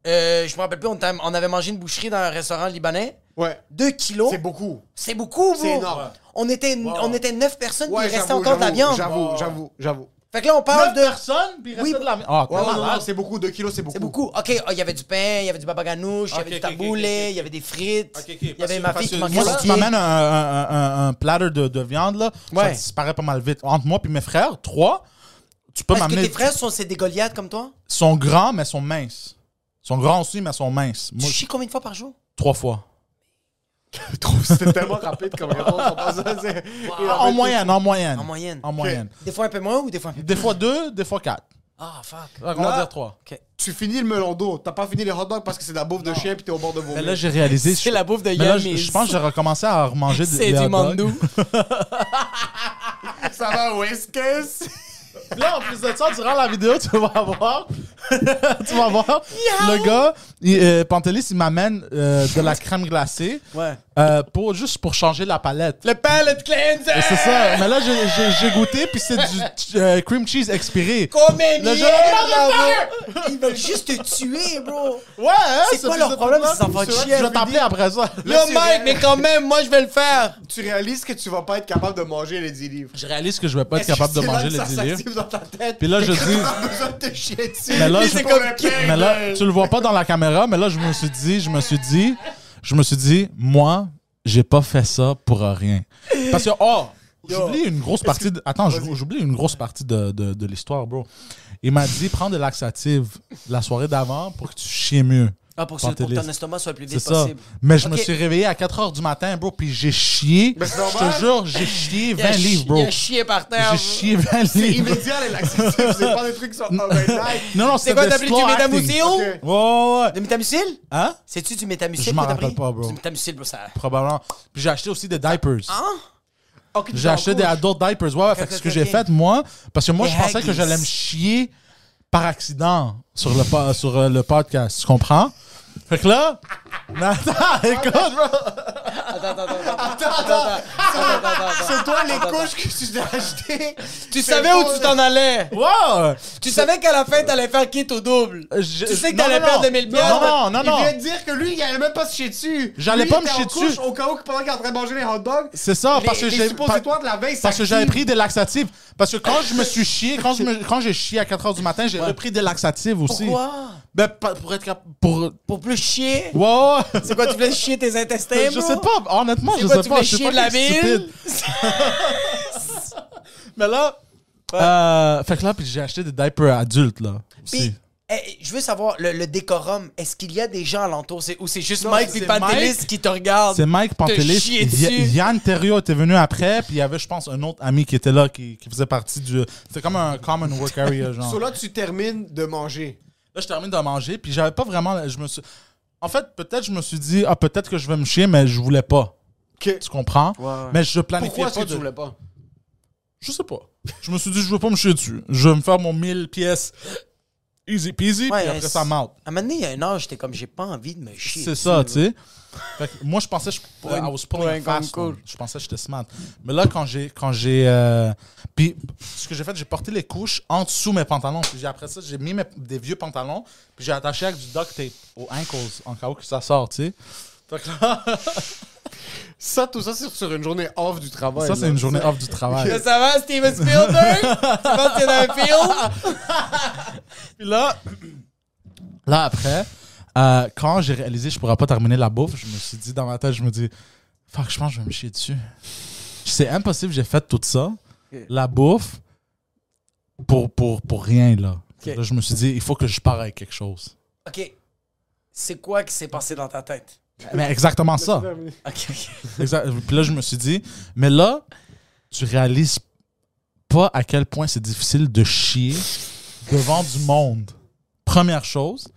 C: Euh, je me rappelle plus, on, t'a- on avait mangé une boucherie dans un restaurant libanais.
D: Ouais.
C: 2 kilos.
D: C'est beaucoup.
C: C'est beaucoup, bro.
D: C'est énorme.
C: On était, on était 9 personnes, puis
D: Ouais,
C: il restait
D: j'avoue,
C: encore de la
D: j'avoue,
C: viande.
D: J'avoue, j'avoue, j'avoue.
C: Fait que là, on parle
E: Neuf
C: de.
E: personnes, puis il
C: Oui.
E: restait de la... Ah, t'es
D: Ouais, ouais, non,
E: malade.
D: non, c'est beaucoup. 2 kilos, Oh c'est beaucoup.
C: C'est beaucoup. OK, ah, il y avait du pain, il y avait du babaganouche, il y
E: Ok,
C: avait du
E: ok, ok,
C: taboulé, il
E: ok, ok.
C: y avait des frites.
E: Ok, ok,
C: Il y
E: parce
C: avait
E: que-
C: ma
E: parce
C: fille qui
E: que
C: manquait
E: Moi,
C: son
E: si tu
C: pied.
E: m'amènes un, un, un- un platter de, de viande, là, ça
C: Ouais.
E: disparaît pas mal vite. Entre moi et mes frères, trois, tu peux
C: Parce que
E: m'amener.
C: tes frères sont c'est des Goliaths comme toi?
E: Ils sont grands, mais sont minces. Ils sont grands aussi, mais sont minces. Moi,
C: Tu chies combien de fois par jour?
E: trois fois.
D: Je trouve que c'était tellement rapide comme réponse. on pense que c'est- Et
E: En
D: fait,
E: moyenne, en moyenne.
C: En moyenne.
E: En moyenne.
C: Des fois un peu moins ou des fois un peu plus?
E: Des fois deux, des fois quatre.
C: Ah, fuck.
E: On va dire trois.
D: Tu finis le melon d'eau. T'as pas fini les hot dogs parce que c'est de la bouffe de chien puis t'es au bord de vos.
E: Mais là, j'ai réalisé.
F: C'est
E: je-
F: la bouffe de
E: mais là, je,
F: Yamis.
E: je pense que j'ai recommencé à remanger des
F: C'est
E: des
F: du
E: hot dogs.
F: mandou.
D: Ça va, Whiskas?
E: Là, en plus de ça, durant la vidéo, tu vas voir. tu vas voir. Le gars, il, euh, Pantelis, il m'amène euh, de la crème glacée.
F: Ouais.
E: Euh, pour, juste pour changer la palette. Le palette cleanser! C'est ça. Mais là, j'ai- j'ai j'ai goûté, puis c'est du euh, cream cheese expiré.
C: Combien
E: Le
C: de
E: jeu-
C: merde, bro? Ils veulent juste te tuer, bro.
E: Ouais, hein,
C: C'est quoi leur problème, ces enfants de
E: Je
C: chien,
E: vais t'appeler après ça.
C: Yo, Mike,
D: c'est vrai.
C: mais quand même, moi, je vais le faire.
D: Tu réalises que tu vas pas être capable de manger les 10 livres.
E: je réalise que je vais pas être capable de
D: C'est là
E: manger
D: que
E: les
D: ça
E: délires.
D: s'active dans ta tête.
E: Puis là, je dis.
D: T'as besoin de te chier dessus.
E: Mais là,
D: Puis
E: je-
D: c'est comme euh, le pire
E: Mais là,
D: de-
E: tu le vois pas dans la caméra, mais là, je me suis dit, je me suis dit, je me suis dit, moi, j'ai pas fait ça pour rien. Parce que, oh, j'oublie une grosse partie de. Attends, j'oublie une grosse partie de, de, de l'histoire, bro. Il m'a dit, prends des laxatives la soirée d'avant pour que tu chies mieux.
F: Ah, pour, que- pour que
E: Pantelis.
F: ton estomac soit le plus
E: C'est
F: vite
E: ça.
F: possible.
E: Mais je me
C: Ok.
E: suis réveillé à 4 h du matin, bro, puis j'ai chié.
D: Mais c'est
E: je
D: normal.
E: te jure, j'ai chié 20
F: Il a chi-
E: livres, bro.
F: Il a chié par terre. bro.
E: J'ai chié 20
D: C'est
E: livres.
D: immédiat, les laxatifs. C'est pas des trucs qui sont overnight.
E: Non, non,
C: C'est
E: c'est
C: quoi,
E: de
C: t'appelles
E: slow
C: du
E: acting.
C: métamucil?
D: Ok.
E: Ouais, ouais, ouais.
C: Du métamucil?
E: Hein?
C: C'est-tu du métamucil
E: Je m'en
C: que t'as
E: rappelle
C: pris?
E: pas, bro.
C: Du métamucil, bro, ça...
E: Probablement. Puis j'ai acheté aussi des diapers.
F: Ah,
D: Ok, tu
E: J'ai acheté des
D: t'en couches.
E: adult diapers. Ouais, ouais. fait
C: ok,
E: que ce
C: ok,
E: que j'ai
C: ok.
E: fait, moi, parce que moi,
C: Des
E: je pensais
C: Huggies.
E: que j'allais me chier par accident sur le, po- sur euh, le podcast. Tu comprends? Fait que là. Mais attends, écoute, bro.
F: Attends, attends, attends. Attends, attends. attends, attends, attends.
D: C'est toi les couches que tu t'es achetées.
F: Tu savais où tu t'en allais?
E: Wow!
F: Tu savais qu'à la fin, t'allais faire quitte au double.
E: Je-
F: Tu sais que
E: non,
F: t'allais
E: non,
F: perdre
E: non.
F: 2000
E: Non, non,
D: Il
E: non.
D: vient de dire que lui, il allait même pas se chier dessus.
E: J'allais
D: Lui,
E: pas
D: il
E: me
D: était
E: chier
D: en
E: dessus.
D: couche Au cas où, pendant qu'il est en train de manger les hot dogs,
E: C'est ça, parce que
D: les
E: j'ai.
D: suppositoires de la veille, ça
E: Parce que j'avais
D: active.
E: pris des laxatives. Parce que quand je me suis chié, quand je me- quand j'ai chié à 4 h du matin, j'ai repris des laxatives aussi.
C: Pourquoi?
E: Ben, pa- pour être cap- Pour.
C: Pour plus chier?
E: Ouais, ouais, ouais.
C: C'est quoi, tu voulais chier tes intestins,
E: Je
C: bro?
E: sais pas, honnêtement, je
C: C'est quoi,
E: sais
C: tu
E: pas.
C: voulais
E: Je suis
C: chier
E: pas
C: de la
E: quelqu'un de
C: ville?
E: Mais là. euh, fait que là, puis j'ai acheté des diapers adultes, là.
C: Puis,
E: Aussi.
C: eh, je veux savoir, le, le décorum, est-ce qu'il y a des gens alentour c'est- ou c'est juste Mike
E: c'est
C: et Pantelis
E: Mike.
C: qui ah, te regardent?
E: C'est Mike Pantelis.
C: chier
E: Y-
C: dessus.
E: Yann Terrio était venu après, puis il y avait, je pense, un autre ami qui était là, qui, qui faisait partie du. C'était comme un common work area, genre.
D: So là, tu termines de manger.
E: Là, je termine de manger, puis j'avais pas vraiment. Je me suis. En fait, peut-être je me suis dit, ah, peut-être que je vais me chier, mais je voulais pas.
D: Ok.
E: Tu comprends?
D: ouais.
E: Mais je planifiais
D: Pourquoi est-ce
E: pas.
D: que tu
E: de-
D: voulais pas?
E: Je sais pas. Je me suis dit, je veux pas me chier dessus. Je vais me faire mon 1000 pièces easy peasy,
C: Ouais,
E: puis après
C: c'est-
E: ça m'out.
C: À un moment donné, il y a un âge, j'étais comme, j'ai pas envie de me chier.
E: C'est
C: dessus,
E: ça,
C: là.
E: tu sais. Fait que Moi, je pensais que je, I was pulling
F: pour un
E: a fast
F: concours.
E: one. Je pensais que j'étais smart. Mais là, quand j'ai. quand j'ai euh, Puis, ce que j'ai fait, j'ai porté les couches en dessous mes pantalons. Puis, j'ai- après ça, j'ai mis mes- des vieux pantalons. Puis, j'ai attaché avec du duct tape aux ankles, en cas où que ça sort, tu sais. Fait que là,
D: Ça, tout ça, c'est sur une journée off du travail.
E: ça, c'est
D: là.
E: une journée off du travail.
F: Ça, ça va, Steven Spielberg? tu penses que t'es dans un film?
E: Puis là, là après, euh, quand j'ai réalisé que je pourrais pas terminer la bouffe, je me suis dit dans ma tête, je me dis, fuck, je pense que je vais me chier dessus. C'est impossible, j'ai fait tout ça, la bouffe, pour, pour, pour rien, là. Là, je me suis dit, il faut que je pars avec quelque chose.
C: OK. C'est quoi qui s'est passé dans ta tête?
E: Mais exactement ça.
C: OK, OK.
E: Exact. Puis là, je me suis dit, mais là, tu réalises pas à quel point c'est difficile de chier devant du monde. Première chose,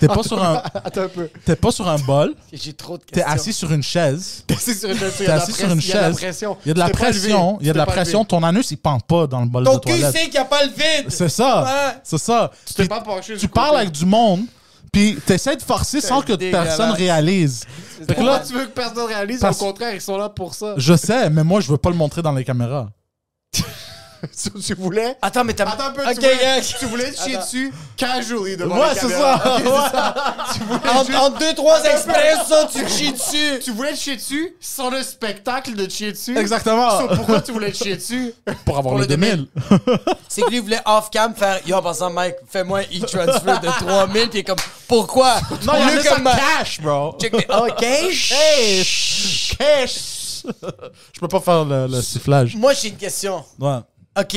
E: t'es pas sur un,
D: Attends un peu.
E: T'es pas sur un bol,
F: J'ai trop de
E: t'es
F: questions.
E: assis sur une chaise.
D: T'es assis sur une chaise.
E: T'es assis sur une
D: Il y a de la
E: chaise.
D: pression.
E: Il y a
D: Tu t'es pas levé.
E: de la pression. Il y a
D: Tu
E: de la
D: t'es pas
E: pression.
D: levé.
E: Ton anus, il pend pas dans le bol
F: Ton
E: de
F: cul
E: toilette.
F: sait qu'il n'y a pas le vide!
E: C'est ça.
F: Ouais.
E: C'est ça.
D: Tu
E: Puis
D: t'es pas penché.
E: tu parles avec du monde, puis t'essaies de forcer sans que
F: dégueulasse.
E: personne réalise. Fait que
D: Là,
E: là,
D: tu veux que personne réalise. Au
E: Parce-
D: contraire, ils sont là pour ça.
E: je sais, mais moi, je veux pas le montrer dans les caméras.
D: Si tu voulais.
C: Attends, mais t'as...
D: Attends un peu.
F: Ok,
D: tu voulais,
F: ok.
D: tu voulais te chier
F: Attends.
D: dessus casually devant
E: Ouais,
D: la
E: c'est
D: caméra.
E: ça.
D: Ok, c'est ça. tu voulais
F: En,
D: juste-
F: en deux, trois expressions, tu te chies dessus!
D: Tu voulais te chier dessus sans le spectacle de te chier dessus.
E: Exactement.
D: So, pourquoi tu voulais te chier dessus?
E: Pour avoir le
D: le
E: 2000.
F: C'est que lui voulait off-cam faire Yo, en passant, Mike, fais-moi un e-transfer de 3000, puis il est comme Pourquoi?
E: Non, il y a
F: Lui,
E: comme
F: comme,
E: cash, bro.
F: Check the- Oh, cash?
E: Cash. Cash. Je peux pas faire le, le sifflage.
F: Moi, j'ai une question.
E: Ouais.
F: OK.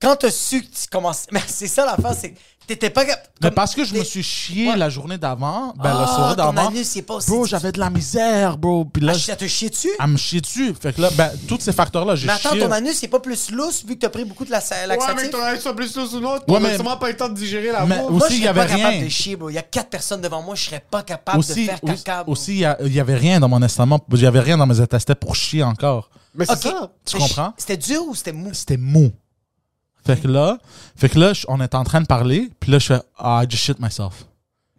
F: Quand t'as su que tu commençais. Mais c'est ça l'affaire, c'est que t'étais pas. cap-
E: Mais
F: comme-
E: parce que je me
F: t'es-
E: suis chié la journée d'avant, ben la
F: Ah,
E: soirée
F: ton
E: d'avant.
F: anus, il est pas aussi.
E: Bro, j'avais de la misère, bro. Puis là,
F: Ah,
E: je-
F: ça te chier dessus?
E: à me chier dessus. Fait que là, ben, tous ces facteurs-là, j'ai
C: Mais attends,
E: chié.
C: ton anus, c'est pas plus lousse vu que t'as pris beaucoup de la
D: Ouais,
C: laxatif?
D: mais que ton anus soit plus lourd ou l'autre,
E: Ouais,
D: on
E: mais-
D: a sûrement pas eu le temps de digérer la
E: Mais
D: bouffe.
E: aussi,
C: Moi,
E: il
C: je
E: y
C: serais
E: avait
C: pas capable
E: rien.
C: de chier, bro. Il y a quatre personnes devant moi, je serais pas capable de
E: Aussi,
C: faire
E: aussi,
C: caca, bro.
E: aussi, il y a- il y avait rien dans mon estomac. Il y avait rien dans mes intestins pour chier encore.
D: Mais c'est
C: Ok.
D: ça.
E: Tu comprends?
C: C'était dur ou c'était mou?
E: C'était mou. Fait que là, fait que là, je- on est en train de parler. Puis là, je fais, ah, I just shit myself.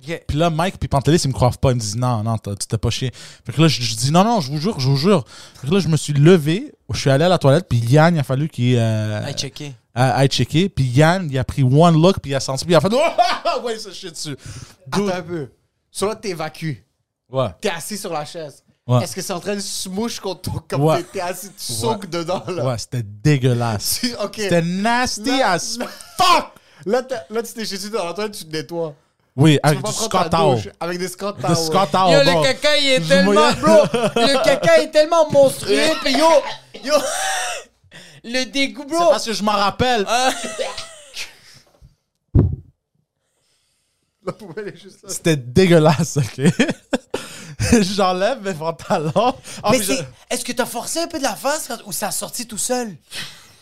C: Yeah.
E: Puis là, Mike puis Pantelis, ils me croient pas. Ils me disent non, non, t'as- tu t'es pas chié. Fait que là, je, je dis non, non, je vous jure, je vous jure. Fait que là, je me suis levé, je suis allé à la toilette, puis Yann, il a fallu qu'il euh,
C: Hey, checker.
E: a- aille checker. Puis Yann, il a pris one look, puis il a senti, puis il a fait oh, ouais, ça chie dessus.
D: Attends un peu. Sur l'autre, t'es vacu.
E: Ouais.
D: T'es assis sur la chaise.
E: Ouais.
D: Est-ce que c'est en train de se mouche contre ton comme
E: Ouais.
D: t'es- t'es assis, tu soques dedans là?
E: Ouais, c'était dégueulasse.
D: Tu- ok.
E: C'était nasty
D: Là-
E: as fuck!
D: Là, t'as- là, tu t'es chez toi dans la toilette, tu te nettoies.
E: Oui,
D: Tu
E: avec
D: vas pas
E: du
D: prendre
E: Scott
D: ta
E: Towel.
D: douche Ah Avec des Scott
E: De
D: Towel.
E: Scott
F: Yo,
E: Towel,
F: le
E: bro.
F: caca, il est
E: Oh, Je
F: tellement.
E: voyais-
F: Bro, le caca est tellement monstrueux, puis yo, yo. Le dégoût, bro.
E: Parce que je m'en rappelle.
F: Ah.
D: La poubelle est juste là.
E: C'était dégueulasse, ok? J'enlève mes pantalons. En
C: Mais
E: plus, je-
C: c'est- est-ce que t'as forcé un peu de la face quand- ou ça a sorti tout seul?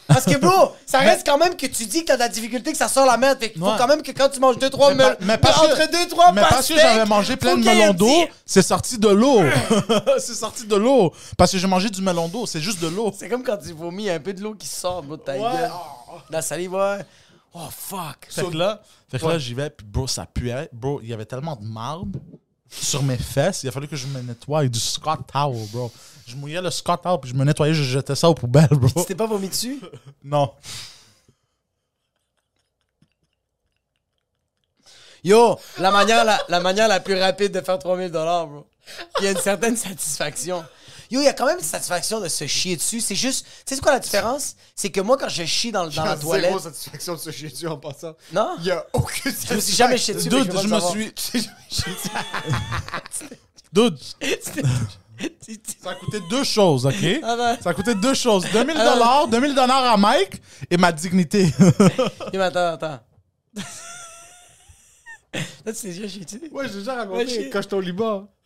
C: Parce que, bro, ça reste quand même que tu dis que t'as de la difficulté que ça sort la merde. Fait qu'il faut
E: Ouais.
C: quand même que quand tu manges 2-3
E: Mais,
C: melons.
E: pa- mais parce que,
C: entre 2-3
E: mais parce que j'avais mangé plein de melons d'eau, c'est sorti de l'eau. c'est sorti de l'eau. Parce que j'ai mangé du melon d'eau, c'est juste de l'eau.
F: C'est comme quand tu vomis, il y a un peu de l'eau qui sort de ta gueule. La salive, ouais. Oh fuck.
E: Fait que là, fait que là j'y vais, puis bro, ça puait. Bro, il y avait tellement de marbre sur mes fesses, il a fallu que je me nettoie avec du Scott Towel, bro. Je mouillais le Scott Towel, puis je me nettoyais, je jetais ça aux poubelles, bro.
F: T'es pas vomi dessus?
E: Non.
F: Yo, la manière la, la manière la plus rapide de faire 3000 dollars, bro. Il y a une certaine satisfaction.
C: Yo, il y a quand même une satisfaction de se chier dessus. C'est juste. Tu sais c'est quoi la différence? C'est que moi, quand je chie dans, dans la toilette.
D: zéro satisfaction de se chier dessus en passant.
C: Non?
D: Il y a aucune
C: Je me suis jamais chié dessus. mais
E: Dude,
C: veux pas
E: je
C: le
E: me
C: savoir.
E: suis. Dude, ça a coûté deux choses, ok?
F: ben.
E: Ça a coûté deux choses. 2000 dollars, 2000 dollars à Mike et ma dignité.
F: Yo, mais attends, attends. Là, tu t'es déjà chié dessus?
D: Ouais, j'ai déjà
F: Ouais, chier.
D: raconté quand j'étais au Liban.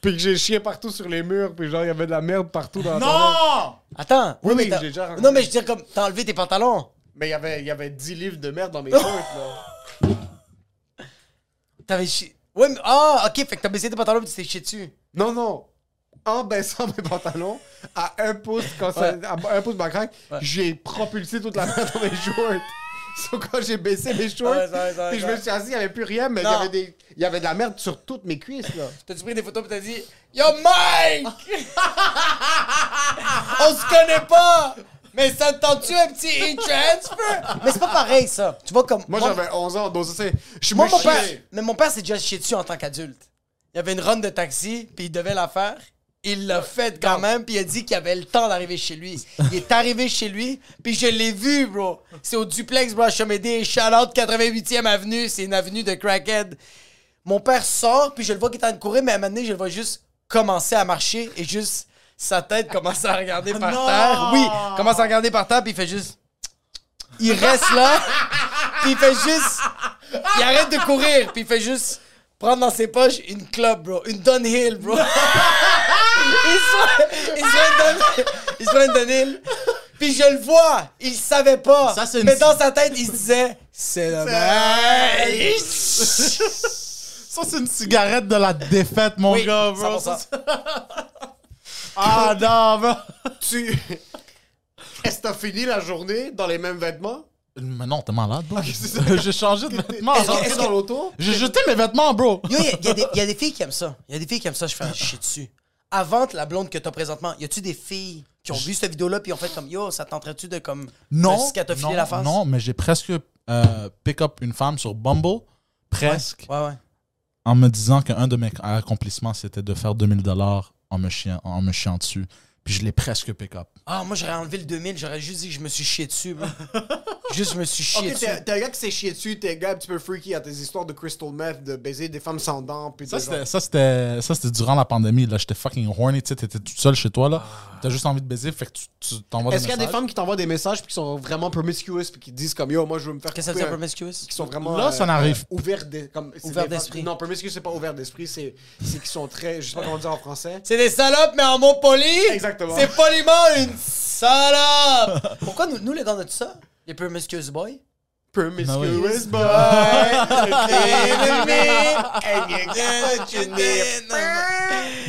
D: Puis que j'ai chié partout sur les murs, puis genre, il y avait de la merde partout dans la toilette.
E: Non!
F: Attends.
D: Oui, oui,
F: t'as-
D: j'ai déjà rencontré.
F: Non, mais je veux dire, comme, t'as enlevé tes pantalons.
D: Mais il y avait, il y avait 10 livres de merde dans mes côtes, là.
F: T'avais chié.
C: Ouais, mais. Ah, ok, fait que t'as baissé tes pantalons et tu t'es chié dessus.
D: Non, non. En baissant mes pantalons à un pouce, quand ça- à un pouce de ma craque, j'ai propulsé toute la main dans mes shorts. Sauf quand j'ai baissé mes shorts,
F: Ouais, ouais, ouais,
D: puis je
F: ouais.
D: me suis assis, il n'y avait plus rien, mais il y,
F: Non.
D: avait des- il y avait de la merde sur toutes mes cuisses, là.
F: T'as-tu pris des photos pis t'as dit Yo Mike On se connaît pas Mais ça te tente-tu un petit e-transfer
C: Mais c'est pas pareil, ça. Tu vois, comme.
D: Moi, j'avais 11 ans, donc ça, c'est... Je
C: Moi,
D: me
C: mon
D: chiais.
C: père. Mais mon père s'est déjà chié dessus en tant qu'adulte.
F: Il y avait une run de taxi, puis il devait la faire. Il l'a faite quand même, puis il a dit qu'il avait le temps d'arriver chez lui. Il est arrivé chez lui, puis je l'ai vu, bro. C'est au duplex, bro, à Chamédé, Charlotte, 88e avenue. C'est une avenue de crackhead. Mon père sort, puis je le vois qu'il est en train de courir, mais à un moment donné, je le vois juste commencer à marcher et juste sa tête commence à regarder par terre. Oui, commence à regarder par terre, puis il fait juste. Il reste là, puis il fait juste. Il arrête de courir, puis il fait juste prendre dans ses poches une club, bro. Une downhill, bro. il se fait- il se fait une Dun- il se fait une downhill. Puis je le vois, il savait pas.
H: Ça, c'est une-
F: Mais dans sa tête, il se disait, c'est le mec.
E: Ça, c'est une cigarette de la défaite, mon
F: Oui,
E: gars, bro.
F: 100%.
E: Ça, c'est- ah non, bro.
D: Tu... Est-ce que t'as fini la journée dans les mêmes vêtements?
E: Mais non, t'es malade, bro. Euh, J'ai changé de vêtements.
D: Est-ce que- est-ce que- dans l'auto?
E: J'ai jeté mes vêtements, bro.
C: Yo, il y, a des- y a des filles qui aiment ça. Il y a des filles qui aiment ça, je fais chier dessus. Avant la blonde que t'as présentement, y a-tu des filles qui ont vu cette vidéo-là puis ont fait comme Yo, ça te tenterait-tu de comme.
E: Non,
C: de ce qu'elle t'a filé
E: non,
C: la face?
E: non, mais j'ai presque euh, pick up une femme sur Bumble, presque,
C: Ouais, ouais.
E: en me disant qu'un de mes accomplissements, c'était de faire 2000 dollars en me chiant en me chiant dessus. Puis je l'ai presque pick up.
C: Ah, moi, j'aurais enlevé le 2000, j'aurais juste dit que je me suis chié dessus, bro. juste, je me suis chié
D: Ok,
C: dessus.
D: t'es t'es un gars qui s'est chié dessus, t'es un gars un petit peu freaky à tes histoires de crystal meth, de baiser des femmes sans dents, puis
E: Ça,
D: des gens-
E: c'était- ça, c'était ça, c'était durant la pandémie. là J'étais fucking horny. Tu sais, t'étais toute seule chez toi. là
D: Ah.
E: T'as juste envie de baiser. Fait que tu- tu t'envoies
D: Est-ce qu'il y a des
E: messages.
D: femmes qui t'envoient des messages puis qui sont vraiment promiscuous puis qui disent comme yo moi je veux me faire
C: Qu'est-ce que ça veut
D: couper
C: dire,
D: un-
C: promiscuous?
D: qui sont vraiment
E: Là, ça n'arrive.
D: ouvert des comme c'est
C: Ouvert
D: des femmes-
C: d'esprit.
D: non promiscuous c'est pas ouvert d'esprit c'est c'est qui sont très je sais pas comment dire en
E: Ah
D: français
F: C'est des salopes, mais en mot poli.
D: Exactement.
F: C'est poliment une salope.
C: Pourquoi nous, nous les dans notre ça? Les promiscuous boys?
D: promiscuous
E: Ah oui.
D: boy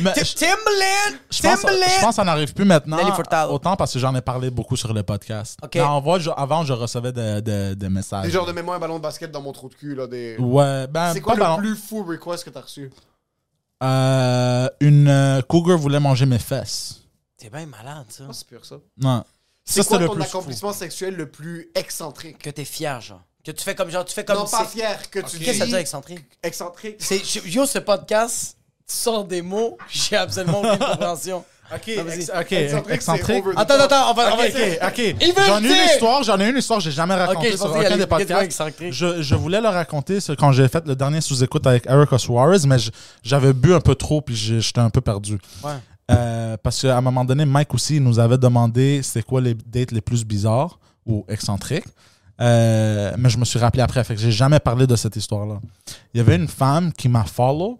E: Mais je-
F: Timberland.
E: Je pense, je pense que ça n'arrive plus maintenant.
C: Nelly Furtado.
E: Autant parce que j'en ai parlé beaucoup sur le podcast.
C: Ok.
E: Mais en vrai, je- avant, je recevais des des- des messages.
D: des genres de mets-moi un ballon de basket dans mon trou de cul là des
E: Ouais, ben,
D: c'est quoi
E: pas
D: le
E: ballon.
D: plus fou request que t'as reçu
E: Euh, une euh, cougar voulait manger mes fesses.
C: T'es bien malade, ça.
D: Oh, c'est pire ça
E: Non.
D: c'est
E: Ça,
D: quoi
E: c'était le
D: ton
E: plus
D: accomplissement sexuel le plus excentrique
C: Que t'es fier, genre. Que tu fais comme, genre, tu fais comme.
D: non pas
C: c'est-
D: fier que
C: Qu'est-ce
D: tu
C: que ça veut
D: dis
C: dire, excentrique?
D: excentrique
F: C'est- je- Yo, ce podcast, tu sors des mots, j'ai absolument aucune compréhension. Ah,
E: Ok,
F: vas-y.
E: ex- ok,
D: Excentrique, c'est
E: excentrique.
D: over the
F: Attends,
D: top.
F: attends, on va. on va-
E: Ok, ok.
F: Il veut
E: J'en ai
F: le
E: une
F: dire.
E: histoire, j'en ai une histoire, que j'ai jamais racontée
F: je
E: sur
F: pensais qu'il
E: aucun
F: allait
E: des
F: quasiment
E: podcasts.
F: excentrique.
E: Je, je voulais le raconter c'est quand j'ai fait le dernier sous-écoute avec Eric Suarez, mais je- j'avais bu un peu trop puis j'ai- j'étais un peu perdu.
C: Ouais.
E: Euh, parce qu'à un moment donné, Mike aussi il nous avait demandé c'est quoi les dates les plus bizarres ou excentriques. Euh, mais je me suis rappelé après, fait que j'ai jamais parlé de cette histoire-là. Il y avait une femme qui m'a follow,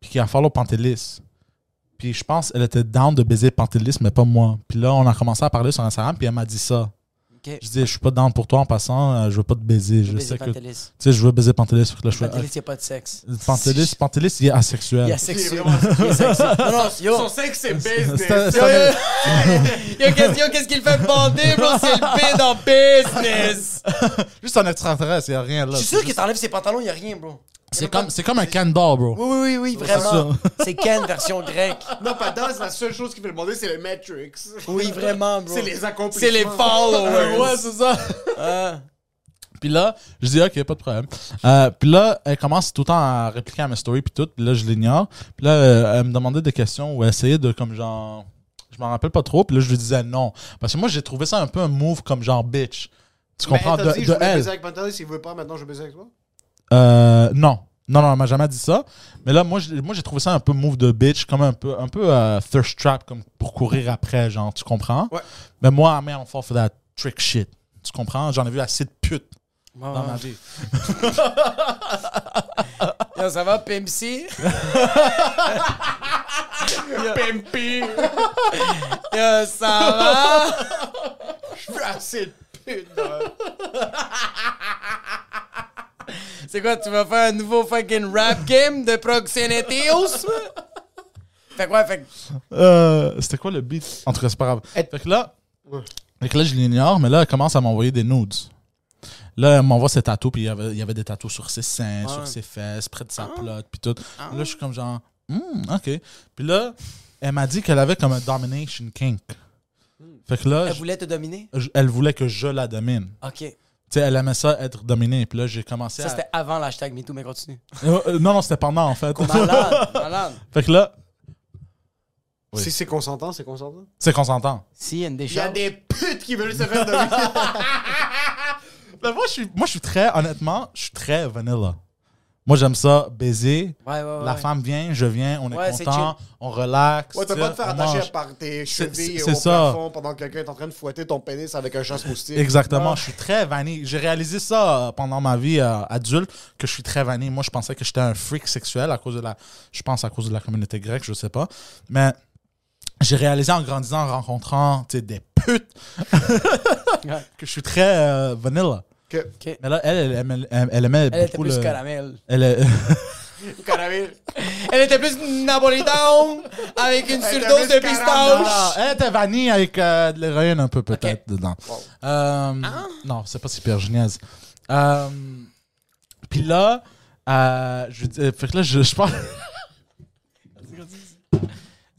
E: puis qui a follow Pantelis. Puis je pense elle était down de baiser Pantelis, mais pas moi. Puis là, on a commencé à parler sur Instagram, puis elle m'a dit ça.
C: Ok.
E: Je dis, je suis pas down pour toi en passant, euh, je veux pas te baiser. Je
C: Baiser
E: sais que. Tu
C: Pantelis.
E: sais, je veux baiser Pantelis. Fait que là, je fais,
C: Pantelis, y a pas de sexe.
E: ah, Pantelis, Pantelis, il est asexuel.
C: Il y a sexuel. Il est sexuel. Non, non, yo.
D: sexe c'est business
E: C'était- c'était-
F: Yo, qu'est-ce yo, qu'est-ce qu'il fait bander, bro? C'est le bid en business.
E: Juste un extraterrestre, il n'y a rien là.
C: Je suis sûr que t'enlèves ses pantalons, y a rien, bro.
E: C'est comme, c'est comme un Ken doll, bro.
C: Oui, oui, oui, oui, vraiment. C'est Ken version grecque.
D: non pas dans la seule chose qui fait demander c'est le matrix
C: Oui, vraiment, bro.
D: c'est les accomplissements
F: C'est les followers.
E: Ouais, c'est ça. Puis là, je dis, OK, pas de problème. Euh, puis là, elle commence tout le temps à répliquer à mes stories, puis tout. Puis là, je l'ignore. Puis là, euh, elle me demandait des questions ou essayait de, comme genre, je m'en rappelle pas trop. Puis là, je lui disais non. Parce que moi, j'ai trouvé ça un peu un move comme genre bitch. Tu
D: Mais
E: comprends?
D: elle
E: De,
D: t'a dit,
E: de
D: je voulais
E: elle.
D: baiser avec Pantelis, il veut pas, maintenant je vais baiser avec toi.
E: Euh, non. Non, non, elle m'a jamais dit ça. Mais là, moi, j'ai- moi, j'ai trouvé ça un peu move de bitch, comme un peu, un peu euh, thirst trap, comme pour courir après, genre, tu comprends?
D: Ouais.
E: Mais moi, I'm on fall for that trick shit. Tu comprends? J'en ai vu assez de putes dans ma vie.
F: Yo, ça va, PMC?
D: Pimpy!
F: Yo, ça va?
D: Je veux assez de pute!
F: C'est C'est quoi, tu vas faire un nouveau fucking rap game de Proxeneteos? fait quoi, fait que-
E: Euh, C'était quoi le beat? En tout cas, c'est pas grave. Fait que là, fait que là je l'ignore, mais là, elle commence à m'envoyer des nudes. Là, elle m'envoie ses tatous, puis il y avait, il y avait des tatous sur ses seins, sur ses fesses, près de sa
F: Ah.
E: plotte, puis tout. Là, je suis comme genre, Hmm, OK. Puis là, elle m'a dit qu'elle avait comme un domination kink. Fait que là,
F: Hmm. elle
E: je-
F: voulait te dominer?
E: je- elle voulait que je la domine.
F: Ok.
E: Tu sais, elle aimait ça être dominée. Puis là, j'ai commencé
F: Ça,
E: à.
F: c'était avant l'hashtag MeToo, mais continue.
E: Euh, euh, non, non, c'était pendant, en fait.
F: Malade, malade.
E: fait que là, Oui.
D: Si c'est consentant, c'est consentant.
E: c'est qu'on s'entend.
F: Si, il y a une
D: Il y a
F: décharge.
D: des putes qui veulent se faire dominer.
E: Ben, moi, je suis, moi, je suis très, honnêtement, je suis très vanilla. Moi, j'aime ça, baiser.
F: Ouais, ouais, ouais.
E: La femme vient, je viens, on est
F: Ouais, c'est
E: content, on relaxe.
D: Ouais, t'as
E: tu
D: pas
E: sais,
D: de faire
E: on
D: attacher
E: mange.
D: par tes
E: C'est-
D: chevilles
E: c'est-
D: au
E: c'est ça.
D: plafond pendant que quelqu'un est en train de fouetter ton pénis avec un chasse moustique.
E: Exactement, je suis très vanille. J'ai réalisé ça euh, pendant ma vie euh, adulte que je suis très vanille. Moi, je pensais que j'étais un freak sexuel à cause de la, je pense à cause de la communauté grecque, je sais pas. Mais j'ai réalisé en grandissant, en rencontrant tu sais, des putes, que je suis très euh, vanilla.
D: Que-
E: Mais là, elle, elle, aimait- elle, elle aimait
F: Elle était
E: beaucoup
F: plus
E: le-
F: caramel.
E: elle, est-
D: Caramel.
F: Elle était plus Napolitan avec une
D: était
F: surdose
D: plus
F: de
E: Non, non,
F: pistache.
E: elle était vanille Eh, avec euh, de l'héroïne un peu peut-être dedans. Euh, Non, c'est pas super géniaise. Euh, Puis là, euh, je, dis- euh, fait que là, je, je parle-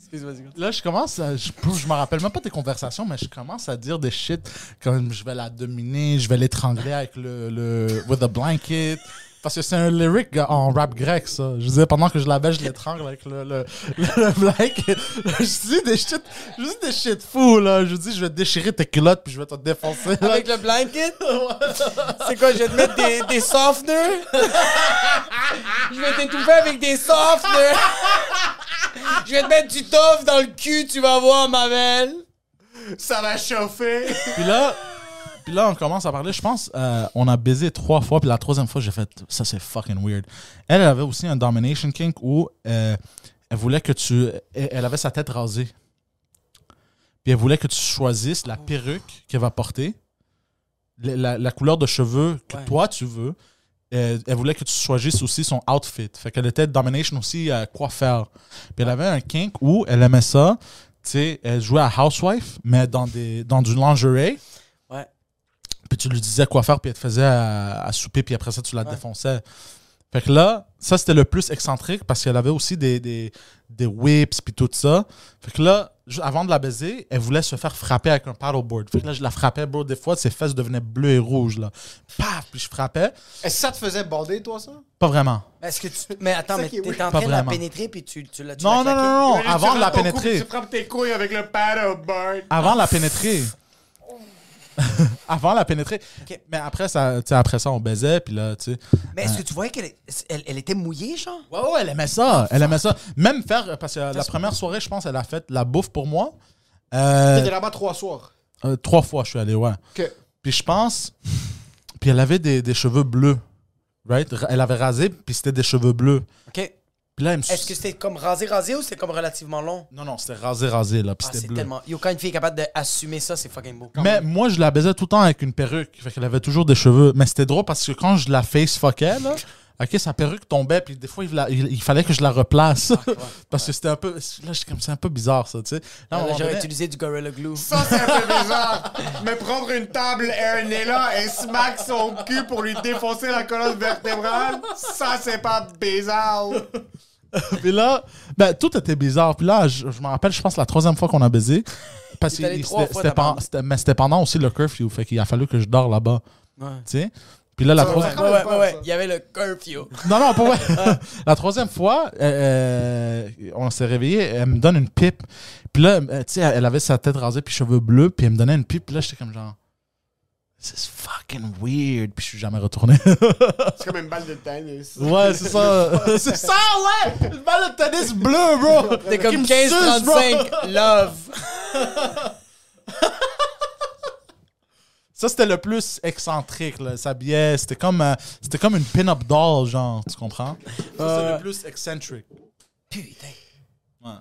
F: Excuse-moi, excuse-moi.
E: là, je commence à- Je, je me rappelle même pas tes conversations, mais je commence à dire des shit comme je vais la dominer, je vais l'étrangler avec le, le. with a blanket. Parce que c'est un lyric en rap grec, ça. Je disais, pendant que je la baisse, je l'étrangle avec le, le, le, le blanket. Je dis des shit, je dis des shit fous, là. Je dis, je vais te déchirer tes culottes, puis je vais te défoncer. là.
F: Avec le blanket? C'est quoi, je vais te mettre des, des softeners? je vais t'étouffer avec des softeners! je vais te mettre du toffe dans le cul, tu vas voir, ma belle!
D: Ça va chauffer.
E: Puis là, puis là, on commence à parler. Je pense, euh, on a baisé trois fois. Puis la troisième fois, j'ai fait, ça c'est fucking weird. Elle, elle avait aussi un domination kink où euh, elle voulait que tu, elle, elle avait sa tête rasée. Puis elle voulait que tu choisisses la perruque qu'elle va porter, la, la- la couleur de cheveux que toi tu veux. Euh, elle voulait que tu choisisses aussi son outfit. Fait qu'elle était domination aussi à quoi faire. Puis elle avait un kink où elle aimait ça. Tu sais, elle jouait à Housewife, mais dans, des, dans du lingerie.
F: Ouais.
E: Puis tu lui disais quoi faire, puis elle te faisait à, à souper, puis après ça, tu la défonçais. Fait que là, ça, c'était le plus excentrique parce qu'elle avait aussi des, des, des whips, puis tout ça. Fait que là, ju- avant de la baiser, elle voulait se faire frapper avec un paddleboard. Fait que là, je la frappais, bro. Des fois, ses fesses devenaient bleues et rouges, là. Paf! Puis je frappais.
D: Est-ce que ça te faisait bander, toi, ça?
E: Pas vraiment.
F: Mais est-ce que tu. Mais attends,
D: Ça
F: mais
D: qui est
F: t'es
D: weird.
F: en
E: Pas
F: train de la
E: vraiment.
F: pénétrer puis tu, tu l'as tu
E: Non,
F: l'as
E: non,
F: claqué.
E: non, non,
D: Imagine,
E: avant
D: tu
E: de la
D: frappes ton cou,
E: pénétrer.
D: Tu frappes tes couilles avec le paddleboard.
E: Avant de la pénétrer. avant de la pénétrer.
F: Ok.
E: Mais après ça, tu sais, après ça, on baisait, puis là, tu sais.
F: Mais est-ce que tu voyais qu'elle elle, elle était mouillée, genre?
E: Ouais, ouais, elle aimait ça. Elle aimait ça. Même faire, parce que la première soirée, je pense, elle a fait la bouffe pour moi. Euh,
D: T'étais là-bas trois soirs.
E: euh, trois fois, je suis allé, ouais.
D: Que...
E: Puis je pense. Puis elle avait des, des cheveux bleus. Right? Ra- Elle avait rasé, puis c'était des cheveux bleus.
F: Ok.
E: Puis là, elle me
F: Est-ce que c'était comme rasé, rasé ou c'était comme relativement long?
E: Non, non, c'était rasé, rasé, là. Puis
F: Ah,
E: c'était
F: c'est
E: bleu.
F: tellement. Yo, quand une fille est capable d'assumer ça, c'est fucking beau.
E: Mais moi, je la baisais tout le temps avec une perruque. Fait qu'elle avait toujours des cheveux. Mais c'était drôle parce que quand je la face fuckais, là, ok, sa perruque tombait. Puis des fois, il, la- il- il fallait que je la replace.
F: Ah,
E: parce que c'était un peu. Là, j'étais comme, c'est un peu bizarre, ça, tu sais. Là, à un
F: Là,
E: moment
F: Ah, J'aurais
E: donné-
F: utilisé du Gorilla Glue.
D: Ça, c'est un peu bizarre. Mais prendre une table et un élan et smack son cul pour lui défoncer la colonne vertébrale, ça, c'est pas bizarre.
E: Puis là, ben, tout était bizarre. Puis là, je, je me rappelle, je pense, la troisième fois qu'on a baisé. Parce que
F: T'es allé
E: c'était-
F: trois fois, t'as
E: c'était pen-
F: pas-
E: c'était- mais c'était pendant aussi le curfew. Fait qu'il a fallu que je dors là-bas. Tu sais? Puis là, la troisième.
F: Ouais, ouais, ouais, ouais. Il y avait le curfew.
E: Non, non, pour vrai. la troisième fois, euh, euh, on s'est réveillé, elle me donne une pipe. Puis là, euh, tu sais, elle avait sa tête rasée puis cheveux bleus, puis elle me donnait une pipe. Puis là, j'étais comme genre, this is fucking weird. Puis je suis jamais retourné.
D: C'est comme une balle de tennis.
E: ouais, c'est ça. c'est ça, ouais. Une balle de tennis bleu, bro.
F: T'es
E: Qui
F: comme
E: me suce, bro.
F: 15-35, love.
E: Ça, c'était le plus excentrique, là. Elle s'habillait. C'était comme, euh, c'était comme une pin-up Euh, doll, genre, tu comprends? Ça, c'est le plus excentrique.
F: Putain.
E: Ouais.